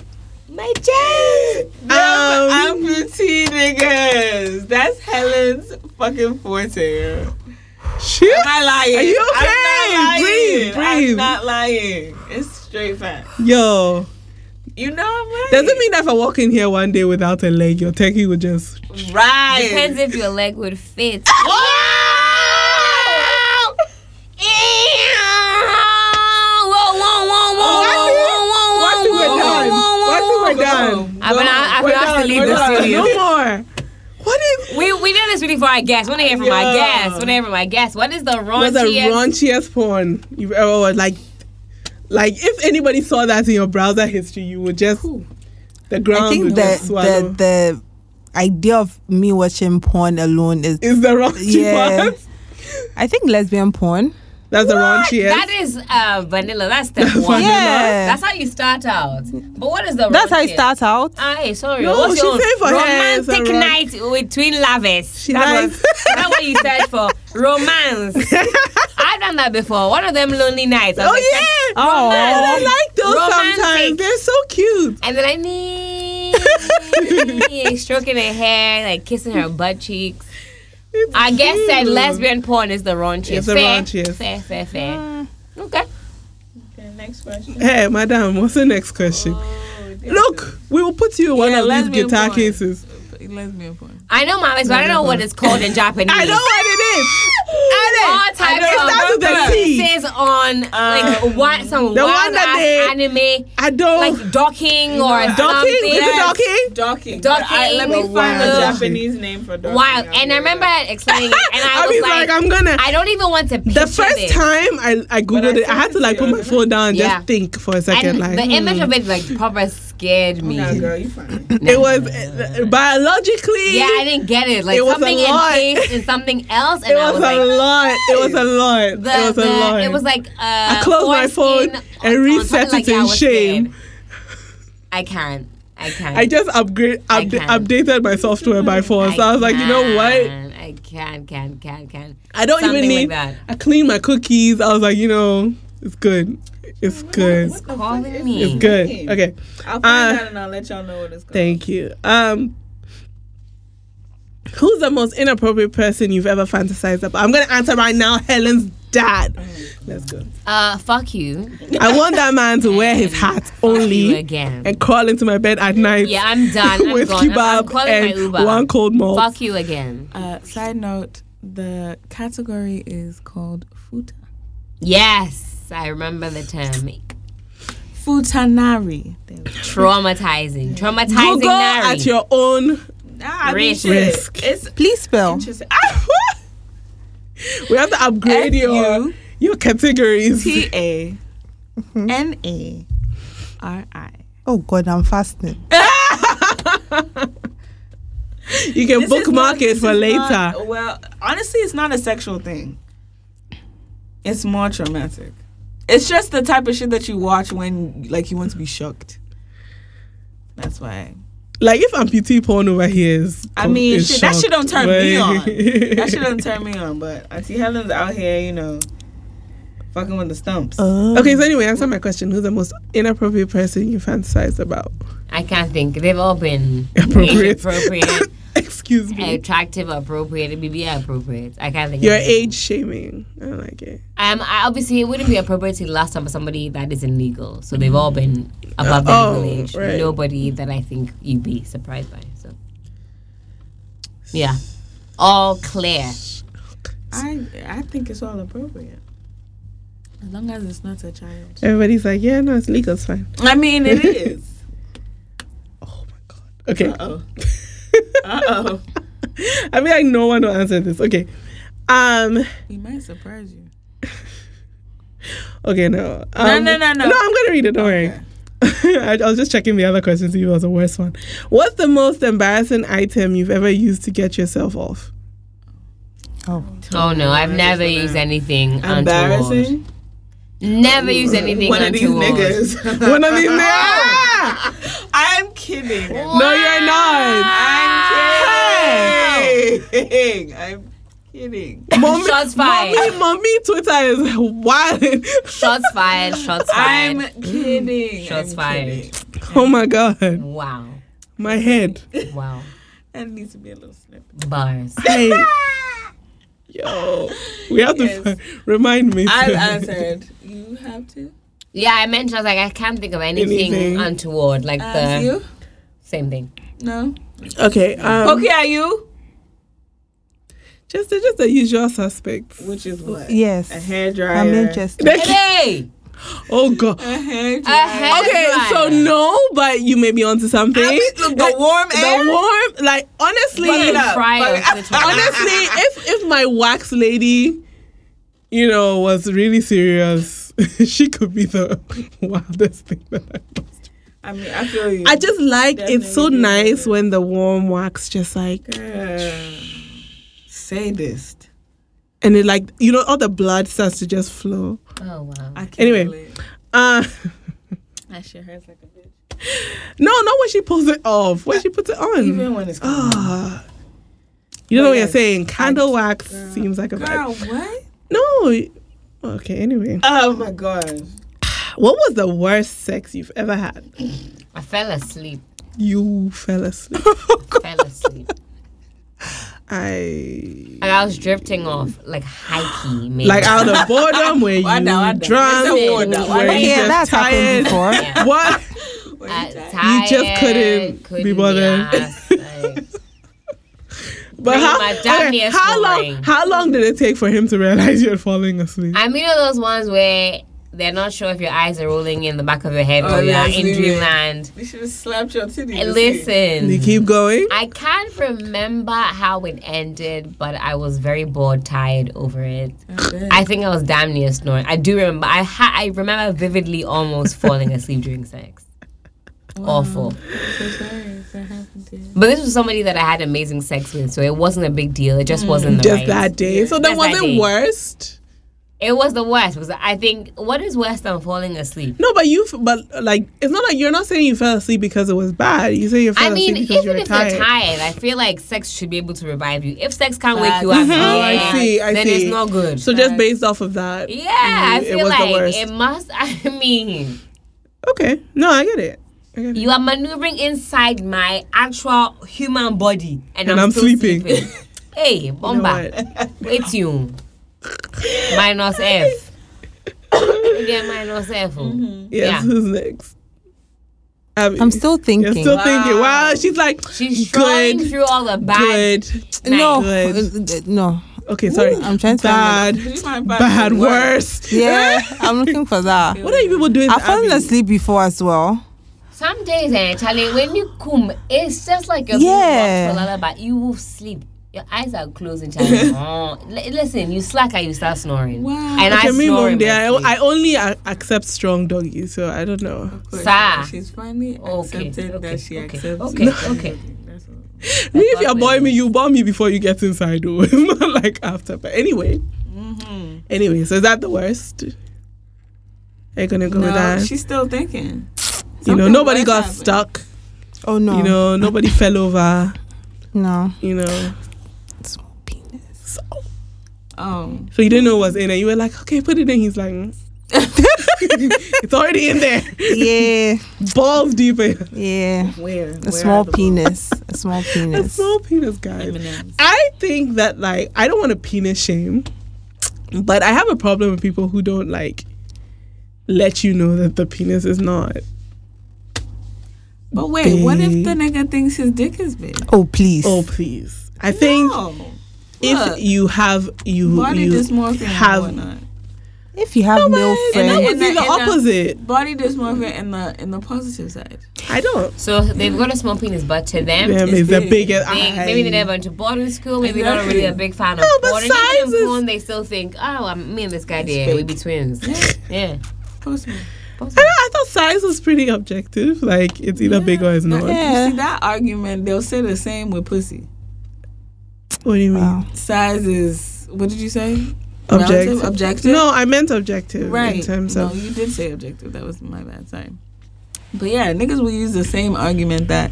Speaker 4: niggas.
Speaker 2: My Jane.
Speaker 1: Um,
Speaker 4: amputee niggas. That's Helen's fucking forte. yo.
Speaker 1: shit.
Speaker 4: Am
Speaker 2: Uh-huh.
Speaker 4: I lying?
Speaker 1: Are you okay?
Speaker 4: I'm
Speaker 1: Breathe,
Speaker 4: not lying.
Speaker 1: breathe.
Speaker 4: I'm not lying. It's straight fact.
Speaker 1: Yo.
Speaker 4: You know I'm right.
Speaker 1: Doesn't mean that if I walk in here one day without a leg, your turkey would just
Speaker 4: right.
Speaker 2: Depends if your leg would fit.
Speaker 1: Oh, Once you were done. Once you were done.
Speaker 2: I'm gonna, I'm gonna have to leave
Speaker 1: we're
Speaker 2: the
Speaker 1: done.
Speaker 2: studio.
Speaker 1: No more. What is
Speaker 2: We we did this really for our guests. Want to hear from
Speaker 1: Yeah.
Speaker 2: our guests? Want to hear from our guests? What is the
Speaker 1: was the
Speaker 2: raunchiest?
Speaker 1: raunchiest porn you've ever watched? Like, like if anybody saw that in your browser history, you would just the ground
Speaker 3: I
Speaker 1: would
Speaker 3: think
Speaker 1: just
Speaker 3: that
Speaker 1: swallow.
Speaker 3: the, the idea of me watching porn alone is.
Speaker 1: is the raunchiest
Speaker 3: Yeah.
Speaker 1: one.
Speaker 3: I think lesbian porn.
Speaker 1: That's the wrong cheers.
Speaker 2: That is uh, vanilla. That's step one.
Speaker 3: Yeah.
Speaker 2: That's how you start out. But what is the
Speaker 3: That's how
Speaker 2: wrong
Speaker 3: it
Speaker 2: cheers?
Speaker 3: starts out.
Speaker 2: Ah, hey, sorry.
Speaker 1: No,
Speaker 2: What's
Speaker 1: she
Speaker 2: your
Speaker 1: said for her, it's a
Speaker 2: romantic
Speaker 1: rom-
Speaker 2: night between lovers.
Speaker 1: She
Speaker 2: that
Speaker 1: likes-
Speaker 2: was that what you said for romance. I've done that before. One of them lonely nights. I was
Speaker 1: Oh,
Speaker 2: like,
Speaker 1: yeah.
Speaker 3: Oh.
Speaker 1: I
Speaker 2: romance.
Speaker 1: like those
Speaker 2: Romantic.
Speaker 1: sometimes. They're so cute.
Speaker 2: And then I need stroking her hair, like kissing her butt cheeks.
Speaker 1: It's
Speaker 2: I guess that
Speaker 1: cute.
Speaker 2: lesbian porn is the wrong
Speaker 1: It's
Speaker 2: cheers.
Speaker 1: the
Speaker 2: fair,
Speaker 1: wrong Ah. cheers.
Speaker 2: Fair, fair, fair. Okay.
Speaker 4: Okay, next question.
Speaker 1: Hey, madam, what's the next question?
Speaker 4: Oh, dear.
Speaker 1: Look, we will put you in one
Speaker 4: Yeah,
Speaker 1: of these
Speaker 4: lesbian
Speaker 1: guitar
Speaker 4: porn.
Speaker 1: cases.
Speaker 4: lesbian porn.
Speaker 2: I know mom but I don't know what it's called in Japanese.
Speaker 1: I know what it is.
Speaker 2: All
Speaker 1: I
Speaker 2: types
Speaker 1: know. It starts
Speaker 2: of
Speaker 1: with a T. Ah.
Speaker 2: references on like what some
Speaker 1: the
Speaker 2: wild
Speaker 1: one that
Speaker 2: ass
Speaker 1: they-
Speaker 2: anime,
Speaker 1: I don't.
Speaker 2: like docking or
Speaker 1: Docking?
Speaker 2: something.
Speaker 1: Is it docking?
Speaker 4: Docking.
Speaker 2: Docking.
Speaker 4: I, let me
Speaker 2: Wow.
Speaker 4: find the
Speaker 1: Wow.
Speaker 4: Japanese name for docking.
Speaker 2: Wild.
Speaker 4: I'll
Speaker 2: And I
Speaker 4: be
Speaker 2: remember
Speaker 4: right
Speaker 2: explaining it, and I,
Speaker 1: I
Speaker 2: was
Speaker 1: mean,
Speaker 2: like,
Speaker 1: like, I'm gonna.
Speaker 2: I don't even want to picture
Speaker 1: the first
Speaker 2: this.
Speaker 1: time I, I googled
Speaker 4: I
Speaker 1: it, I had
Speaker 4: think
Speaker 1: to like
Speaker 4: it's
Speaker 1: put my
Speaker 4: yours.
Speaker 1: phone down and
Speaker 2: Yeah.
Speaker 1: just think for a second.
Speaker 2: And
Speaker 1: like
Speaker 2: the
Speaker 1: hmm. Oh
Speaker 2: image of it like proper scared me.
Speaker 4: back. Nah, girl, you fine.
Speaker 1: it was uh, biologically.
Speaker 2: Yeah, I didn't get it. Like
Speaker 1: It was a
Speaker 2: something
Speaker 1: lot.
Speaker 2: encased in something else, and
Speaker 1: It
Speaker 2: I
Speaker 1: was,
Speaker 2: was
Speaker 1: a
Speaker 2: like,
Speaker 1: lot. It was a lot.
Speaker 2: the,
Speaker 1: it was
Speaker 2: the,
Speaker 1: a lot.
Speaker 2: It was like uh,
Speaker 1: I closed my phone
Speaker 2: foreskin
Speaker 1: and
Speaker 2: on- on
Speaker 1: reset
Speaker 2: something
Speaker 1: it
Speaker 2: like, yeah, I
Speaker 1: in
Speaker 2: was
Speaker 1: shame.
Speaker 2: scared. I can't. I can't.
Speaker 1: I just upgrade
Speaker 2: I
Speaker 1: upda-
Speaker 2: can.
Speaker 1: updated my software by force. So I was like, you know what?
Speaker 2: can't, I can, can, can, can.
Speaker 1: I don't
Speaker 2: Something
Speaker 1: even
Speaker 2: like
Speaker 1: need.
Speaker 2: that.
Speaker 1: I cleaned my cookies. I was like, you know, it's good. It's good.
Speaker 4: What the fuck
Speaker 2: Calling
Speaker 4: is
Speaker 2: me.
Speaker 1: It's good.
Speaker 4: name?
Speaker 1: Okay.
Speaker 4: I'll find
Speaker 1: Uh,
Speaker 4: that and I'll let y'all know what it's called.
Speaker 1: Thank you. Um, who's the most inappropriate person you've ever fantasized about? I'm gonna answer right now. Helen's dad. Let's go.
Speaker 2: Uh, fuck you.
Speaker 1: I want that man to wear his hat
Speaker 2: You
Speaker 1: only
Speaker 2: again.
Speaker 1: and crawl into my bed at night.
Speaker 2: yeah, I'm done.
Speaker 1: with
Speaker 2: I'm gone. I'm, I'm
Speaker 1: kebab
Speaker 2: calling my
Speaker 1: and
Speaker 2: Uber.
Speaker 1: one cold malt.
Speaker 2: Fuck you again.
Speaker 4: Uh, side note: the category is called futa.
Speaker 2: Yes, I remember the term.
Speaker 4: Futanari. There we go.
Speaker 2: Traumatizing. Traumatizing.
Speaker 1: Google
Speaker 2: Nari.
Speaker 1: at your own.
Speaker 4: Ah, I mean,
Speaker 2: Risk.
Speaker 4: shit,
Speaker 1: Risk.
Speaker 4: It's Ah,
Speaker 3: Please spell.
Speaker 4: just
Speaker 1: we have to upgrade your your categories.
Speaker 4: T A N A R I.
Speaker 3: Oh God, I'm fasting.
Speaker 1: you can
Speaker 4: This is
Speaker 1: bookmark
Speaker 4: not-
Speaker 1: it
Speaker 4: this
Speaker 1: for
Speaker 4: is
Speaker 1: later.
Speaker 4: not- well, honestly, it's not a sexual thing. It's more traumatic. It's just the type of shit that you watch when, like, you want to be shocked. That's why.
Speaker 1: like if amputee porn over here is.
Speaker 4: I mean,
Speaker 1: is
Speaker 4: shit, that shit don't
Speaker 1: shocked,
Speaker 4: turn me on.
Speaker 1: like-
Speaker 4: That shit don't turn me on. But Auntie Helen's out here, you know, fucking with the stumps.
Speaker 1: Okay, so anyway, answer my question. Who's the most inappropriate person you fantasize about?
Speaker 2: I can't think. They've all been
Speaker 1: Appropriate.
Speaker 2: appropriate,
Speaker 1: Excuse me.
Speaker 2: attractive, appropriate, BBI appropriate. I can't think. of
Speaker 1: Your
Speaker 2: anything.
Speaker 1: age shaming. I don't like it.
Speaker 2: Um, I obviously, it wouldn't be appropriate to last time for somebody that isn't legal. So they've all been above the
Speaker 1: Oh,
Speaker 2: legal age.
Speaker 1: right.
Speaker 2: Nobody that I think you'd be surprised by. So, yeah, all clear.
Speaker 4: I I think it's all appropriate. As long as it's not a child.
Speaker 1: Everybody's like, yeah, no, it's legal, it's fine.
Speaker 4: I mean, it is.
Speaker 1: Oh my god. Okay.
Speaker 4: Uh-oh. Uh-oh.
Speaker 1: I mean, like no one will answer this. Okay. Um.
Speaker 4: He might surprise you.
Speaker 1: Okay. No. Um,
Speaker 4: no, no, no.
Speaker 1: No, I'm gonna read it. Don't worry. I, I was just checking the other questions. See if it was the worst one. What's the most embarrassing item you've ever used to get yourself off?
Speaker 2: Oh no, I've never used anything untoward.
Speaker 4: Embarrassing.
Speaker 2: Never used anything
Speaker 4: One of these
Speaker 2: untoward.
Speaker 4: niggas.
Speaker 1: One of these. Ah!
Speaker 4: I'm kidding.
Speaker 1: No, you're not.
Speaker 4: I'm kidding. I'm kidding.
Speaker 1: Mommy,
Speaker 2: Shots fired.
Speaker 1: mommy, mommy, Twitter is wild.
Speaker 2: Shots fired. Shots
Speaker 4: I'm
Speaker 2: fired.
Speaker 4: kidding.
Speaker 2: Shots
Speaker 4: I'm
Speaker 2: fired.
Speaker 4: kidding.
Speaker 1: oh my god,
Speaker 2: Wow.
Speaker 1: my head.
Speaker 2: Wow.
Speaker 4: That needs to be a little slip.
Speaker 2: Bars.
Speaker 1: Hey. Yo, we have
Speaker 4: Yes.
Speaker 1: to f- remind me.
Speaker 4: I've
Speaker 1: to-
Speaker 4: answered. You have to.
Speaker 2: Yeah, I mentioned. I was like, I can't think of anything,
Speaker 1: Anything.
Speaker 2: untoward. Like
Speaker 4: Uh,
Speaker 2: the
Speaker 4: you?
Speaker 2: same thing.
Speaker 4: No.
Speaker 1: Okay. Um,
Speaker 4: Okay, are you?
Speaker 1: Just, the- just the usual suspects.
Speaker 4: Which is what?
Speaker 3: Yes,
Speaker 4: A hair dryer.
Speaker 3: I'm interested.
Speaker 2: Hey,
Speaker 1: Oh god.
Speaker 4: A hair
Speaker 2: a
Speaker 4: dryer.
Speaker 2: hair
Speaker 1: Okay,
Speaker 2: dryer.
Speaker 1: so no, but you may be onto something.
Speaker 4: I mean, look, the warm air?
Speaker 1: The warm, like honestly,
Speaker 2: Fucking trials,
Speaker 1: honestly,
Speaker 2: literally.
Speaker 1: if if my wax lady, you know, was really serious, she could be the wildest thing that I.
Speaker 4: I mean, I feel you.
Speaker 1: I just like it's so
Speaker 4: Definitely.
Speaker 1: nice when the warm wax just like
Speaker 4: Girl, Sadist.
Speaker 1: and it like you know all the blood starts to just flow.
Speaker 2: Oh wow.
Speaker 4: I can't
Speaker 1: Anyway.
Speaker 4: relate.
Speaker 1: Uh
Speaker 4: that shit hurts like a bitch.
Speaker 1: no, not when she pulls it off. When she puts it on.
Speaker 4: Even when it's cold.
Speaker 1: Ah. you don't know
Speaker 4: But
Speaker 1: what you're
Speaker 4: yes,
Speaker 1: saying. Candle wax seems like a
Speaker 4: Girl,
Speaker 1: vibe.
Speaker 4: what?
Speaker 1: No. Okay. Anyway,
Speaker 4: Oh my god.
Speaker 1: what was the worst sex you've ever had?
Speaker 2: I fell asleep.
Speaker 1: You fell asleep.
Speaker 2: Fell asleep.
Speaker 1: I
Speaker 2: And I was drifting off like hikey, maybe.
Speaker 1: like out of boredom. Were you
Speaker 4: Wada, wada.
Speaker 1: drunk?
Speaker 4: Listen,
Speaker 1: Were you
Speaker 4: wada,
Speaker 2: wada.
Speaker 1: just
Speaker 3: Yeah, that's
Speaker 1: tired?
Speaker 3: happened before.
Speaker 2: Yeah.
Speaker 1: What?
Speaker 2: Uh,
Speaker 1: You just
Speaker 2: tired,
Speaker 1: couldn't be bothered.
Speaker 2: asked, like-
Speaker 1: But
Speaker 2: Bring
Speaker 1: how,
Speaker 2: my damn
Speaker 1: okay,
Speaker 2: ears
Speaker 1: how
Speaker 2: flowing.
Speaker 1: long? How long did it take for him to realize you had fallen asleep?
Speaker 2: I mean, you know those ones where they're not sure if your eyes are rolling in the back of your head or
Speaker 4: Oh,
Speaker 2: you're
Speaker 4: yeah, I've
Speaker 2: in
Speaker 4: seen it.
Speaker 2: dreamland.
Speaker 4: You should have slapped your titty. to see.
Speaker 1: And you
Speaker 2: Listen,
Speaker 1: keep going.
Speaker 2: I can't remember how it ended, but I was very bored, tired over it.
Speaker 4: bet.
Speaker 2: I think I was damn near snoring. I do remember. I ha- I remember vividly almost falling asleep during sex. Awful.
Speaker 4: So sorry if that happened to you.
Speaker 2: But this was somebody that I had amazing sex with, so it wasn't a big deal. It just wasn't the
Speaker 1: just
Speaker 2: right.
Speaker 1: that day. So then
Speaker 2: Just
Speaker 1: was
Speaker 2: that
Speaker 1: it
Speaker 2: day.
Speaker 1: worst?
Speaker 2: It was the worst. Because I think what is worse than falling asleep?
Speaker 1: No, but you. f- But like, it's not like you're not saying you fell asleep because it was bad. You say you fell
Speaker 2: I mean,
Speaker 1: asleep because
Speaker 2: even
Speaker 1: you were
Speaker 2: if
Speaker 1: tired.
Speaker 2: you're tired, I feel like sex should be able to revive you. If sex can't wake you
Speaker 4: Facts.
Speaker 2: up,
Speaker 4: Mhm.
Speaker 1: Oh, I
Speaker 2: yeah,
Speaker 1: see. I
Speaker 2: then
Speaker 1: see.
Speaker 2: it's not good.
Speaker 1: So just based off of that.
Speaker 2: yeah,
Speaker 1: mm,
Speaker 2: I
Speaker 1: it
Speaker 2: feel
Speaker 1: was the
Speaker 2: like
Speaker 1: worst.
Speaker 2: it must. I mean,
Speaker 1: Okay. No, I get it. I get it.
Speaker 2: you are maneuvering inside my actual human body, and,
Speaker 1: And
Speaker 2: I'm,
Speaker 1: I'm
Speaker 2: still
Speaker 1: sleeping.
Speaker 2: hey,
Speaker 1: You know
Speaker 2: bomba,
Speaker 1: what?
Speaker 2: wait you minus F. yeah, minus F. oh.
Speaker 1: Yes.
Speaker 2: Yeah.
Speaker 1: Who's next? Abby.
Speaker 3: I'm still
Speaker 1: You're
Speaker 3: thinking.
Speaker 1: still thinking. Wow. She's like.
Speaker 2: She's trawling
Speaker 1: good.
Speaker 2: through all the bad.
Speaker 1: Good.
Speaker 3: no,
Speaker 1: Good.
Speaker 3: uh, uh, no.
Speaker 1: Okay. Sorry.
Speaker 3: I'm trying to
Speaker 1: Bad.
Speaker 3: find
Speaker 4: Did you find
Speaker 1: Bad. Worse.
Speaker 3: Yeah, I'm looking for that.
Speaker 1: What are you people doing?
Speaker 3: I've fallen
Speaker 1: Abby?
Speaker 3: asleep before as well.
Speaker 2: Some days, eh, Charlie, when you come, it's just like a yeah.
Speaker 3: Yeah.
Speaker 2: lullaby. You will sleep. Your eyes are closing, Charlie. oh, L- listen, you slack and you start snoring.
Speaker 4: Wow.
Speaker 2: And I
Speaker 1: Okay, me
Speaker 2: snore.
Speaker 1: long
Speaker 2: in
Speaker 1: day. I,
Speaker 2: my
Speaker 1: I only uh, accept strong doggies, so I don't know.
Speaker 2: Sir.
Speaker 4: She's finally
Speaker 2: Okay,
Speaker 4: accepted
Speaker 2: okay,
Speaker 4: that she
Speaker 2: okay,
Speaker 4: accepts.
Speaker 2: okay,
Speaker 4: you.
Speaker 2: okay.
Speaker 4: That's
Speaker 1: Me,
Speaker 4: all.
Speaker 1: if you're
Speaker 2: lovely.
Speaker 1: boy me, you bomb me before you get inside, though. It's not like after. But anyway,
Speaker 4: Mm-hmm.
Speaker 1: anyway, so is that the worst? Are you gonna go with
Speaker 4: No,
Speaker 1: that?
Speaker 4: she's still thinking.
Speaker 1: you know,
Speaker 4: something
Speaker 1: nobody
Speaker 4: worse
Speaker 1: got
Speaker 4: happened.
Speaker 1: stuck.
Speaker 3: Oh no,
Speaker 1: You know, nobody fell over.
Speaker 3: no.
Speaker 1: You know,
Speaker 3: Small penis.
Speaker 1: so,
Speaker 4: Oh,
Speaker 1: so you didn't know what's in it. You were like, okay, put it in. He's like, mm. it's already in there.
Speaker 3: Yeah,
Speaker 1: Balls deeper.
Speaker 3: yeah.
Speaker 4: where?
Speaker 3: A small penis. A small
Speaker 1: A
Speaker 3: penis.
Speaker 1: small penis, guys. I think that like I don't want to penis shame, but I have a problem with people who don't like let you know that the penis is not.
Speaker 4: But wait, what if
Speaker 1: Big.
Speaker 4: the nigga thinks his dick is big?
Speaker 3: Oh please.
Speaker 1: Oh please. I think
Speaker 4: No. Look,
Speaker 1: if you have you
Speaker 4: body
Speaker 1: you
Speaker 4: dysmorphia
Speaker 1: have-
Speaker 4: and whatnot.
Speaker 3: If you have male
Speaker 1: and that
Speaker 3: friends,
Speaker 1: would be
Speaker 4: In
Speaker 1: the
Speaker 4: the- in the-
Speaker 1: opposite.
Speaker 4: Body dysmorphia in the in the positive side.
Speaker 1: I don't.
Speaker 2: So they've got a small penis, but to them,
Speaker 1: Them
Speaker 4: It's
Speaker 1: is the
Speaker 4: big.
Speaker 1: biggest.
Speaker 2: they,
Speaker 1: I-
Speaker 2: maybe they never went to boarding school. Maybe they're not really a big fan of
Speaker 1: No, but
Speaker 2: boarding. Even in
Speaker 1: size is-
Speaker 2: porn, they still think, oh, I'm, me and this guy there, we be twins. yeah.
Speaker 4: Post me.
Speaker 1: I, don't- I thought size was pretty objective. Like it's either big or it's not.
Speaker 4: You
Speaker 3: yeah.
Speaker 4: see that argument? They'll say the same with pussy.
Speaker 1: What do you mean?
Speaker 3: Wow.
Speaker 4: Size is what did you say?
Speaker 1: Objective.
Speaker 4: Relative, objective.
Speaker 1: No, I meant objective.
Speaker 4: right.
Speaker 1: In terms
Speaker 4: no,
Speaker 1: of
Speaker 4: you did say objective. That was my bad. Sorry. But yeah, niggas will use the same argument that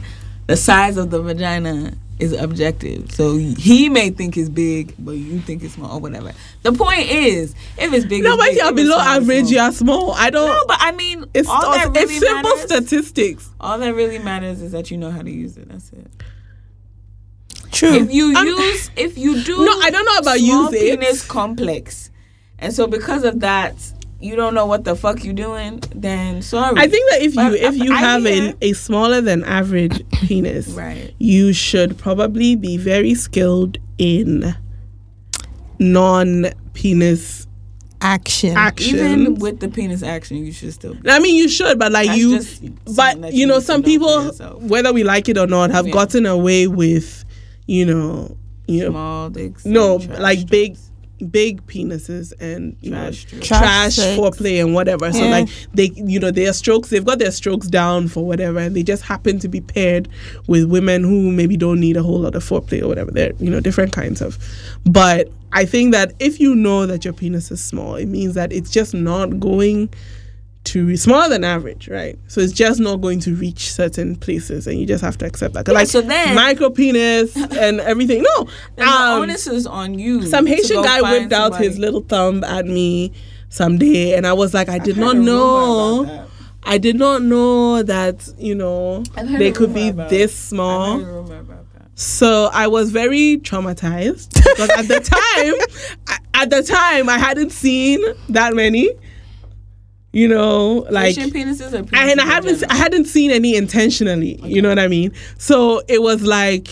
Speaker 4: the size of the vagina is objective. So he may think it's big, but you think it's small or whatever. The point is, if it's big,
Speaker 1: no,
Speaker 4: it's
Speaker 1: but
Speaker 4: big.
Speaker 1: if you're
Speaker 4: If it's
Speaker 1: below
Speaker 4: small, it's
Speaker 1: average,
Speaker 4: small.
Speaker 1: you're small. I don't.
Speaker 4: No, but I mean,
Speaker 1: It's,
Speaker 4: all that
Speaker 1: it's
Speaker 4: really
Speaker 1: simple
Speaker 4: matters.
Speaker 1: statistics.
Speaker 4: all that really matters is that you know how to use it. That's it.
Speaker 3: True.
Speaker 4: If you
Speaker 1: I'm-
Speaker 4: use, if you do,
Speaker 1: No, I don't know about
Speaker 4: small
Speaker 1: use it.
Speaker 4: penis complex, and so because of that, you don't know what the fuck you doing. Then sorry.
Speaker 1: I think that if you
Speaker 4: But
Speaker 1: if you
Speaker 4: I- I
Speaker 1: have
Speaker 4: hear-
Speaker 1: a, a smaller than average penis,
Speaker 4: Right.
Speaker 1: you should probably be very skilled in non penis
Speaker 3: Action.
Speaker 4: even
Speaker 1: action.
Speaker 4: with the penis action, you should still.
Speaker 1: I mean, you should, but like
Speaker 4: That's
Speaker 1: you,
Speaker 4: just something
Speaker 1: but
Speaker 4: that
Speaker 1: you,
Speaker 4: you
Speaker 1: know,
Speaker 4: need to
Speaker 1: some
Speaker 4: know for
Speaker 1: people,
Speaker 4: yourself.
Speaker 1: whether we like it or not, have
Speaker 4: Yeah.
Speaker 1: gotten away with, you know, you know,
Speaker 4: Small dicks.
Speaker 1: no,
Speaker 4: and trash
Speaker 1: like big,
Speaker 4: dicks.
Speaker 1: big penises and you
Speaker 4: Trash
Speaker 1: know,
Speaker 4: strokes.
Speaker 1: trash
Speaker 3: Trash sex.
Speaker 1: foreplay and whatever. So
Speaker 3: Yeah.
Speaker 1: like they, you know, their strokes, they've got their strokes down for whatever, and they just happen to be paired with women who maybe don't need a whole lot of foreplay or whatever. They're you know different kinds of, but I think that if you know that your penis is small, it means that it's just not going to reach smaller than average, right? So it's just not going to reach certain places, and you just have to accept that. like
Speaker 4: so then-
Speaker 1: micro penis and everything. No,
Speaker 4: And
Speaker 1: um,
Speaker 4: the onus is on you.
Speaker 1: Mm-hmm. some
Speaker 4: to
Speaker 1: Haitian
Speaker 4: go
Speaker 1: guy
Speaker 4: find
Speaker 1: whipped out his
Speaker 4: somebody.
Speaker 1: little thumb at me someday, and I was like, I did
Speaker 4: heard
Speaker 1: not
Speaker 4: a rumor
Speaker 1: know.
Speaker 4: about
Speaker 1: I did not know that you know
Speaker 4: I've heard
Speaker 1: they
Speaker 4: a
Speaker 1: could
Speaker 4: rumor
Speaker 1: be
Speaker 4: about-
Speaker 1: this
Speaker 4: I
Speaker 1: small.
Speaker 4: heard a rumor about that.
Speaker 1: So I was very traumatized because at the time, I, at the time, I hadn't seen that many. You know, like
Speaker 4: Haitian penises are
Speaker 1: I- and I
Speaker 4: penises in
Speaker 1: haven't
Speaker 4: general.
Speaker 1: I hadn't seen any intentionally. You know what I mean? So it was like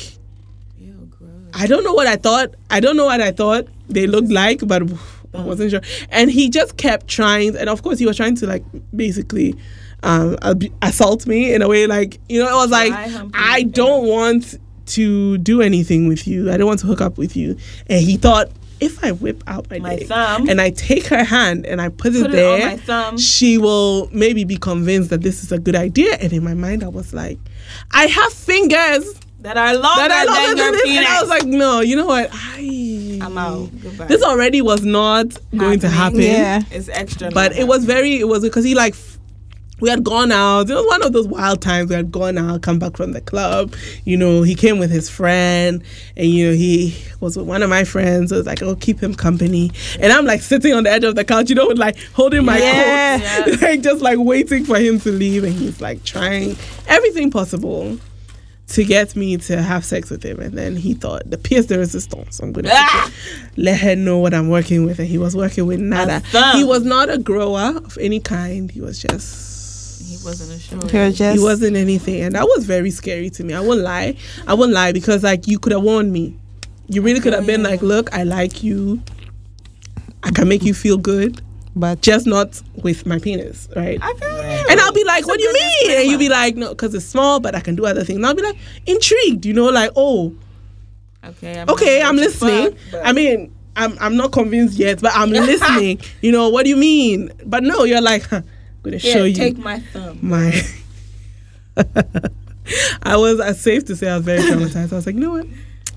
Speaker 4: Ew, gross.
Speaker 1: I don't know what I thought. I don't know what I thought they looked like, but
Speaker 4: Oh.
Speaker 1: I wasn't sure. And he just kept trying, and of course he was trying to like basically um, ab- assault me in a way. Like you know, it was like
Speaker 4: Dry humping
Speaker 1: I
Speaker 4: and-
Speaker 1: don't want to do anything with you. I don't want to hook up with you. And he thought. If I whip out my,
Speaker 4: My
Speaker 1: dick
Speaker 4: thumb.
Speaker 1: and I take her hand and I put it
Speaker 4: Put it on
Speaker 1: there,
Speaker 4: my thumb.
Speaker 1: she will maybe be convinced that this is a good idea. And in my mind, I was like, I have fingers
Speaker 4: That are longer
Speaker 1: that I
Speaker 4: than
Speaker 1: longer than "Oh,
Speaker 4: your
Speaker 1: this. And
Speaker 4: penis.
Speaker 1: I was like, no, you know what? I,
Speaker 4: I'm out. Goodbye.
Speaker 1: Mm-hmm. This already was not going to happen.
Speaker 4: Happening.
Speaker 3: Yeah.
Speaker 4: It's extra.
Speaker 1: But
Speaker 4: now.
Speaker 1: it was very, it was because he like, f- we had gone out. It was one of those wild times. We had gone out, come back from the club. You know, he came with his friend, and you know he was with one of my friends. So it was like, oh, keep him company. And I'm like sitting on the edge of the couch, you know, with, like holding my
Speaker 3: Yeah.
Speaker 1: coat, like just like waiting for him to leave. And he's like trying everything possible to get me to have sex with him. And then he thought, the pièce de résistance, I'm going
Speaker 3: Ah!
Speaker 1: to let her know what I'm working with. And he was working with nada.
Speaker 4: thumb.
Speaker 1: He was not a grower of any kind. He was just.
Speaker 4: He wasn't assured.
Speaker 3: You're just
Speaker 1: He wasn't anything. And that was very scary to me. I won't lie. I won't lie because, like, you could have warned me. You really could have been like, look, I like you. I can make you feel good,
Speaker 3: but
Speaker 1: just not with my penis, right?
Speaker 4: I feel you.
Speaker 1: And I'll be like,
Speaker 4: It's a
Speaker 1: what do you
Speaker 4: good
Speaker 1: mean? And
Speaker 4: disclaimer.
Speaker 1: you'll be like, no, because it's small, but I can do other things. And I'll be like, intrigued, you know, like, oh,
Speaker 4: Okay. I'm
Speaker 1: okay,
Speaker 4: gonna
Speaker 1: I'm
Speaker 4: let you fuck,
Speaker 1: listening.
Speaker 4: but
Speaker 1: I mean, I'm, I'm not convinced yet, but I'm listening. You know, what do you mean? But no, you're like, huh, gonna
Speaker 4: here,
Speaker 1: show you
Speaker 4: Take my thumb.
Speaker 1: my. I was, uh, safe to say, I was very traumatized. I was like, you know what?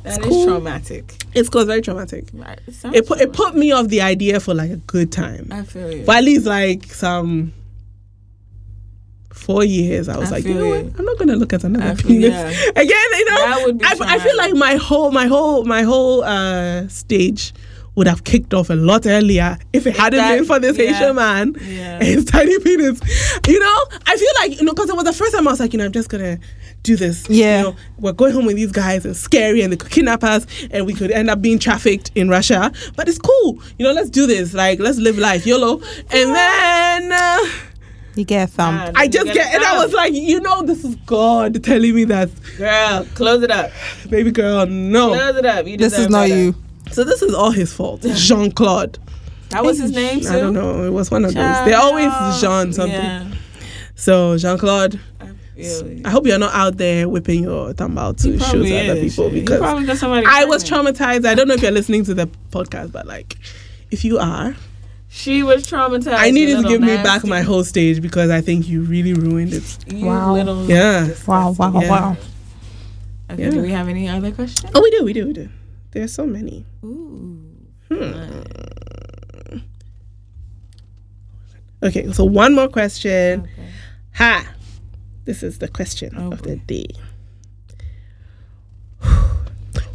Speaker 4: That is
Speaker 1: cool.
Speaker 4: traumatic.
Speaker 1: It's cause very traumatic.
Speaker 4: Right.
Speaker 1: It put, it put me off the idea for like a good time.
Speaker 4: I feel you.
Speaker 1: For at least like some four years, I was
Speaker 4: I
Speaker 1: like, you
Speaker 4: feel
Speaker 1: know what?
Speaker 4: you.
Speaker 1: I'm not gonna look at another
Speaker 4: I feel-
Speaker 1: penis
Speaker 4: yeah.
Speaker 1: again. You know,
Speaker 4: That would be
Speaker 1: I, I feel like my whole, my whole, my whole uh, stage would have kicked off a lot earlier if it hadn't
Speaker 4: that-
Speaker 1: been for this
Speaker 4: yeah.
Speaker 1: Haitian man
Speaker 4: Yeah.
Speaker 1: and his tiny penis. You know, I feel like you know because it was the first time I was like, you know, I'm just gonna do this.
Speaker 3: Yeah.
Speaker 1: you know, we're going home with these guys and scary and they could kidnap us and we could end up being trafficked in Russia. But it's cool, you know. Let's do this. Like, let's live life, YOLO. And then. Uh,
Speaker 3: you get a thumb.
Speaker 4: Ah,
Speaker 1: I
Speaker 4: you
Speaker 1: just get,
Speaker 4: a
Speaker 1: and I
Speaker 4: thumb.
Speaker 1: was like, you know, this is God telling me that,
Speaker 4: girl, close it up.
Speaker 1: baby girl, no.
Speaker 4: Close it up. You
Speaker 3: this is
Speaker 4: deserve
Speaker 3: not
Speaker 4: better.
Speaker 3: you.
Speaker 1: So this is all his fault. Jean Claude.
Speaker 4: That was his name too.
Speaker 1: I don't know. It was one of those. They're always Jean something.
Speaker 4: Yeah.
Speaker 1: So Jean Claude,
Speaker 4: I feel you.
Speaker 1: I hope you're not out there whipping your thumb out to show
Speaker 4: Probably
Speaker 1: to other
Speaker 4: is.
Speaker 1: people
Speaker 4: He
Speaker 1: because
Speaker 4: probably got somebody
Speaker 1: I was
Speaker 4: pregnant.
Speaker 1: traumatized. I don't know if you're listening to the podcast, but like, if you are,
Speaker 4: She was traumatized.
Speaker 1: I need
Speaker 4: you
Speaker 1: you to
Speaker 4: little
Speaker 1: give me
Speaker 4: nasty.
Speaker 1: back my whole stage because I think you really ruined it.
Speaker 4: You
Speaker 3: Wow.
Speaker 4: little.
Speaker 1: Yeah.
Speaker 3: Wow, wow,
Speaker 1: Yeah.
Speaker 3: wow.
Speaker 4: Okay,
Speaker 1: Yeah.
Speaker 4: Do we have any other questions?
Speaker 1: Oh, we do, we do, we do. There's so many.
Speaker 4: Ooh.
Speaker 1: Hmm. Okay, so one more question. Ha! This is the question
Speaker 4: Oh,
Speaker 1: of the day.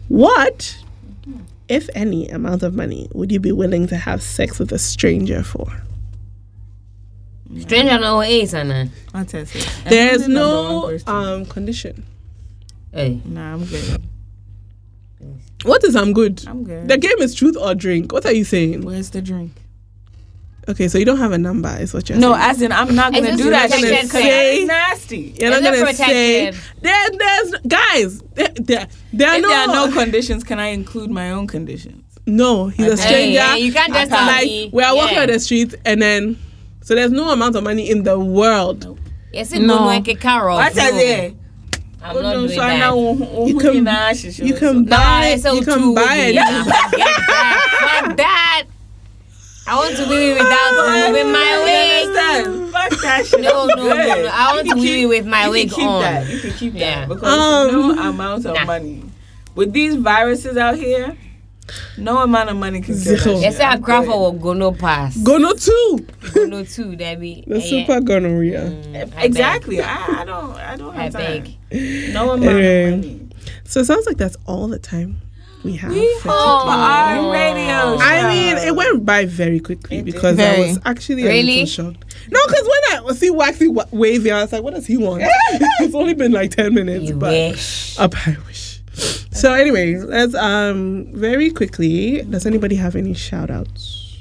Speaker 1: What, if any, amount of money would you be willing to have sex with a stranger for?
Speaker 2: Stranger no ways, Anna.
Speaker 4: I'll test it. And
Speaker 1: There's
Speaker 4: this is number one
Speaker 1: no
Speaker 4: question.
Speaker 1: um, condition.
Speaker 2: Hey.
Speaker 4: Nah, I'm good.
Speaker 1: What is I'm good?
Speaker 4: I'm good.
Speaker 1: The game is truth or drink. What are you saying?
Speaker 4: Where's the drink?
Speaker 1: Okay, so you don't have a number, is what you're
Speaker 4: No,
Speaker 1: saying.
Speaker 4: as in I'm not gonna
Speaker 2: It's
Speaker 4: do
Speaker 2: just
Speaker 4: that.
Speaker 2: protection
Speaker 4: shit 'cause
Speaker 2: thing.
Speaker 4: that is nasty.
Speaker 1: You're not
Speaker 2: Is it
Speaker 1: gonna say
Speaker 2: protective?
Speaker 1: there, there's guys. There, there, there are
Speaker 4: If
Speaker 1: no,
Speaker 4: there are no conditions, can I include my own conditions?
Speaker 1: No, he's a
Speaker 4: Okay.
Speaker 1: stranger.
Speaker 2: Hey, yeah, you can't just
Speaker 1: And,
Speaker 2: tell
Speaker 1: like
Speaker 2: me.
Speaker 1: we are walking
Speaker 2: Yeah.
Speaker 1: on the street and then so there's no amount of money in the world.
Speaker 2: Yes, it no.
Speaker 3: No.
Speaker 2: like a carol.
Speaker 4: I tell you, Oh,
Speaker 2: I'm not
Speaker 4: Ojo
Speaker 2: doing
Speaker 4: nso ana
Speaker 2: that.
Speaker 4: wo- wo
Speaker 1: You
Speaker 4: ho
Speaker 1: can-
Speaker 4: nyinaa hyehyɛ
Speaker 1: you
Speaker 4: wo
Speaker 1: can
Speaker 4: so.
Speaker 2: No,
Speaker 1: buy.
Speaker 2: that's so
Speaker 1: you
Speaker 2: true.
Speaker 1: can buy it.
Speaker 2: Yeah, forget that. Fuck that. I want to be without moving my wig.
Speaker 4: You understand? Fuck that shit.
Speaker 2: No,
Speaker 4: That's
Speaker 2: no, no,
Speaker 4: good.
Speaker 2: no. I want
Speaker 4: You
Speaker 2: to
Speaker 4: can
Speaker 2: wig
Speaker 4: keep-
Speaker 2: with my
Speaker 4: you can
Speaker 2: wig
Speaker 4: keep
Speaker 2: on.
Speaker 4: That. You can keep
Speaker 2: Yeah.
Speaker 4: that because
Speaker 1: Um,
Speaker 4: no amount of
Speaker 2: nah.
Speaker 4: money with these viruses out here. No amount of money can cure
Speaker 1: Zero.
Speaker 4: that
Speaker 2: Yes,
Speaker 4: shit.
Speaker 2: I
Speaker 4: I'm
Speaker 2: grab
Speaker 4: good.
Speaker 2: for Gono Pass.
Speaker 1: Gono too.
Speaker 2: Gono too, Debbie.
Speaker 1: The
Speaker 2: Eh,
Speaker 1: super gonorrhea.
Speaker 2: yeah. Mm, I
Speaker 4: Exactly. I, I don't. I don't
Speaker 2: beg. I
Speaker 4: have time.
Speaker 2: beg.
Speaker 4: No
Speaker 1: Eh.
Speaker 4: amount of money.
Speaker 1: So it sounds like that's all the time we have. for
Speaker 4: Oh,
Speaker 2: Oh.
Speaker 4: our radio.
Speaker 1: I
Speaker 4: show.
Speaker 1: mean, it went by very quickly
Speaker 4: It did.
Speaker 1: because I
Speaker 3: Very.
Speaker 1: was actually a
Speaker 2: Really?
Speaker 1: little shocked. No, because when I see Waxy wa- waving, I was like, what does he want? it's only been like 10 minutes.
Speaker 2: You
Speaker 1: but
Speaker 2: wish.
Speaker 1: Up I wish. So anyway, let's um very quickly. Does anybody have any shout outs?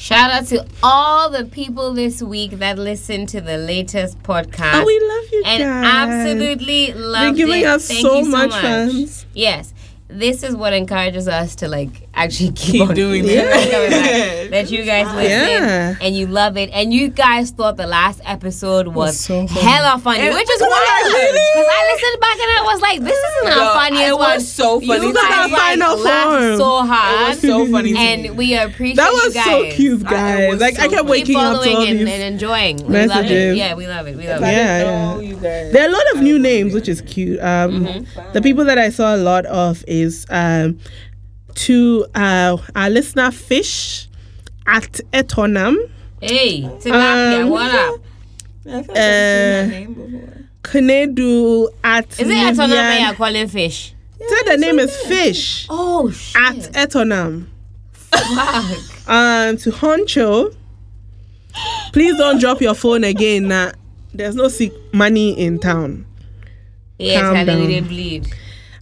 Speaker 2: Shout out to all the people this week that listened to the latest podcast.
Speaker 1: Oh, we love you
Speaker 2: and
Speaker 1: guys.
Speaker 2: absolutely
Speaker 1: You're
Speaker 2: loved
Speaker 1: giving
Speaker 2: it.
Speaker 1: us
Speaker 2: Thank
Speaker 1: so,
Speaker 2: you so
Speaker 1: much,
Speaker 2: much.
Speaker 1: fans.
Speaker 2: Yes. This is what encourages us to like actually keep,
Speaker 4: Keep
Speaker 2: on
Speaker 4: doing
Speaker 2: keep
Speaker 4: it.
Speaker 2: on coming back. that you guys listen
Speaker 1: Yeah.
Speaker 2: and you love it and you guys thought the last episode was
Speaker 1: so funny.
Speaker 2: hella funny, which is wild because I listened back and I was like, this isn't our
Speaker 4: Yo,
Speaker 2: funniest
Speaker 4: it was
Speaker 2: one.
Speaker 4: so funny.
Speaker 2: You
Speaker 4: Look at
Speaker 2: guys
Speaker 1: our final
Speaker 2: like, laughed
Speaker 1: form.
Speaker 2: so
Speaker 4: It
Speaker 2: hard,
Speaker 4: was so funny. to me.
Speaker 2: and we appreciate
Speaker 1: That was
Speaker 2: you
Speaker 1: so
Speaker 2: guys.
Speaker 1: cute,
Speaker 4: I- I
Speaker 1: guys.
Speaker 4: was
Speaker 1: like I kept
Speaker 4: so glad.
Speaker 2: Keep
Speaker 1: waking up to
Speaker 2: following
Speaker 1: all
Speaker 2: and,
Speaker 1: these.
Speaker 2: and enjoying. We love it.
Speaker 1: messages.
Speaker 2: Yeah, we love it. We love
Speaker 4: I
Speaker 2: it.
Speaker 1: Yeah,
Speaker 4: didn't
Speaker 1: yeah.
Speaker 4: know you guys.
Speaker 1: There are a lot of new names, which is cute. Um,
Speaker 2: Mm-hmm.
Speaker 1: The people that I saw a lot of is um, to uh, our listener Fish at Etonam,
Speaker 2: Hey, tilapia,
Speaker 1: Um,
Speaker 2: what up?
Speaker 4: I feel like I've
Speaker 1: Uh,
Speaker 4: seen that name before.
Speaker 1: Kanedu at
Speaker 2: Is it a
Speaker 1: Nivian-
Speaker 2: tournament you're calling fish?
Speaker 1: Said the name is Fish
Speaker 2: Oh shit!
Speaker 1: at Etonam.
Speaker 2: Fuck.
Speaker 1: Um, to Honcho, please don't drop your phone again. Nah, there's no sick money in town.
Speaker 2: Yeah,
Speaker 1: Calm
Speaker 2: Charlie, we
Speaker 1: down.
Speaker 2: didn't bleed.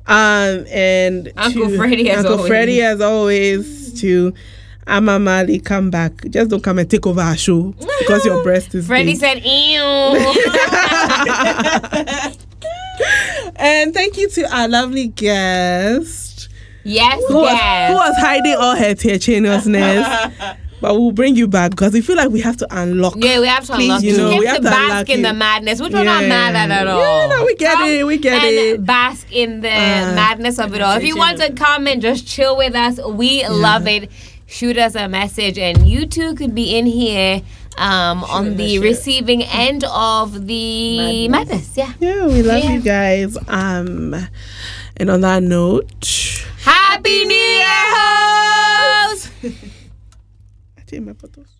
Speaker 1: Um, and
Speaker 2: Uncle
Speaker 1: to-
Speaker 2: Freddy as
Speaker 1: Uncle
Speaker 2: always.
Speaker 1: Freddy as always to Amamali come back. Just don't come and take over our show because your breast is
Speaker 2: Freddie
Speaker 1: big.
Speaker 2: said, "Ew."
Speaker 1: And thank you to our lovely guest
Speaker 2: yes,
Speaker 1: who, was, who
Speaker 2: yes.
Speaker 1: was hiding all her tearjeriousness. but we'll bring you back because we feel like we have to unlock.
Speaker 2: Yeah, we have to
Speaker 1: Please,
Speaker 2: unlock
Speaker 1: you
Speaker 2: it.
Speaker 1: know,
Speaker 2: we
Speaker 1: we
Speaker 2: have
Speaker 1: have to
Speaker 2: to bask
Speaker 1: unlock
Speaker 2: in
Speaker 1: it.
Speaker 2: the madness, which we're not
Speaker 1: Yeah.
Speaker 2: mad at at
Speaker 1: Yeah,
Speaker 2: all.
Speaker 1: no, we get
Speaker 2: Come
Speaker 1: it, we get
Speaker 2: and
Speaker 1: it.
Speaker 2: Bask in the
Speaker 1: Uh,
Speaker 2: madness of it all. If you want to come and just chill with us, we love it. Shoot us a message, and you too could be in here um, on the receiving end of the madness. Yeah.
Speaker 1: Yeah, we love
Speaker 2: Yeah.
Speaker 1: you guys. Um, and on that note,
Speaker 2: Happy New Year, hoes!
Speaker 1: I take my photos.